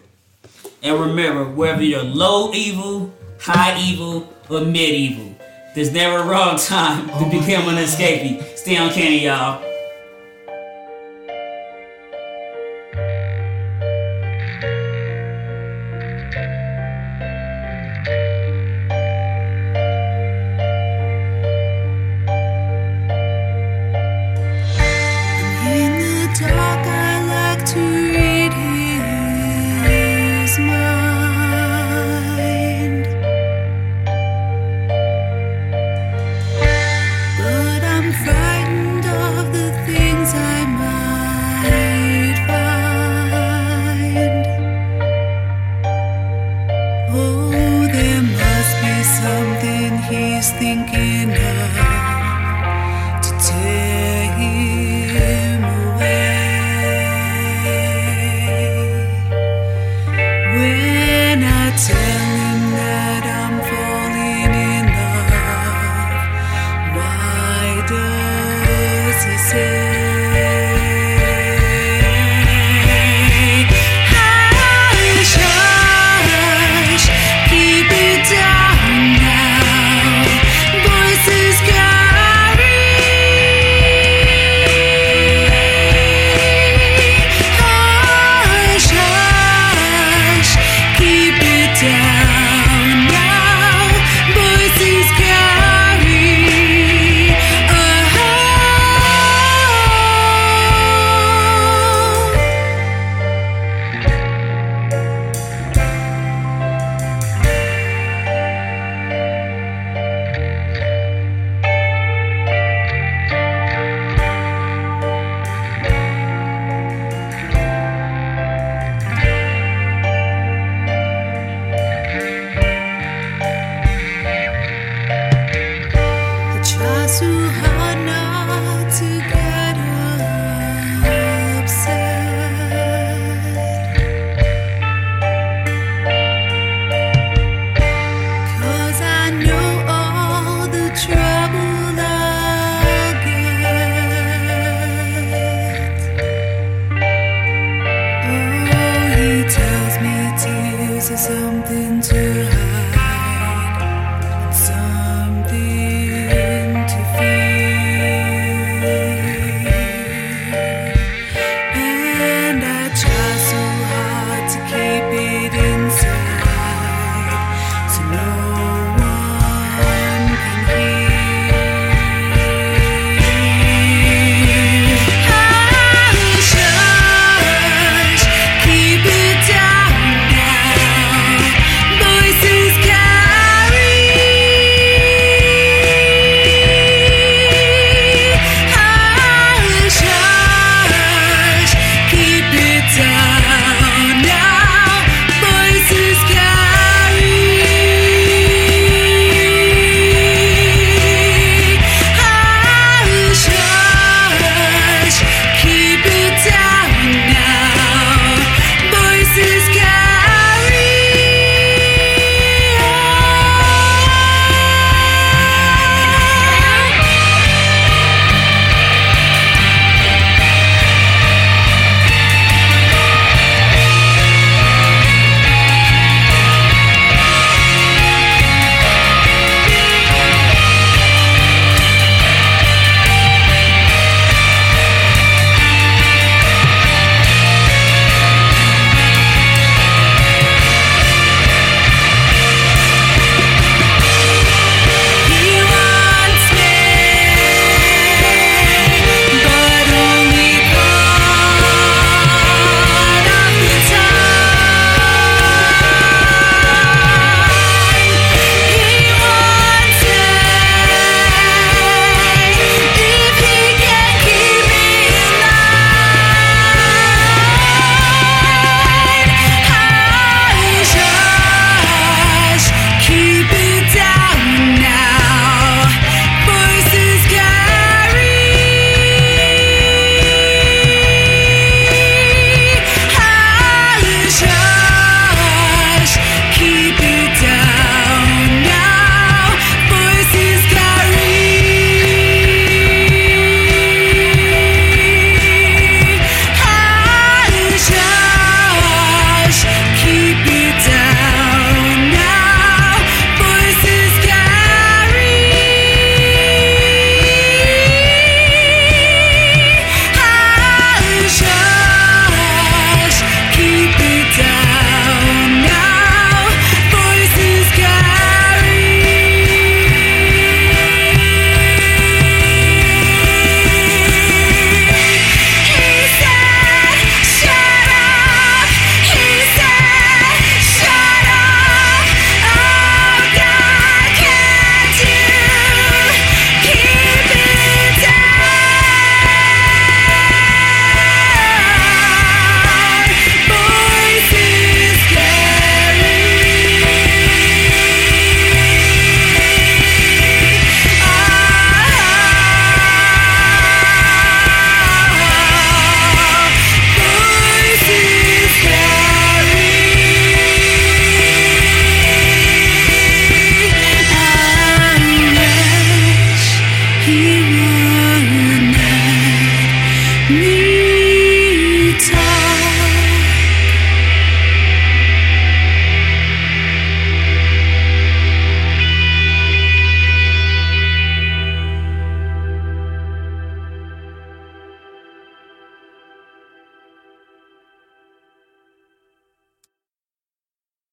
Speaker 3: And remember, whether you're low evil, high evil, or mid evil, there's never a wrong time
Speaker 2: Oh
Speaker 3: to become an escapee. Stay on candy, y'all.
Speaker 5: In the dark, I like to read his mind. But I'm frightened of the things I might find. Oh, there must be something he's thinking of to tear him away. When I tell him that I'm falling in love, why does he say? Hush, hush, keep it down now. Voices carry. Hush, hush, keep it down now. Voices carry a home. I try so hard not to go Oh,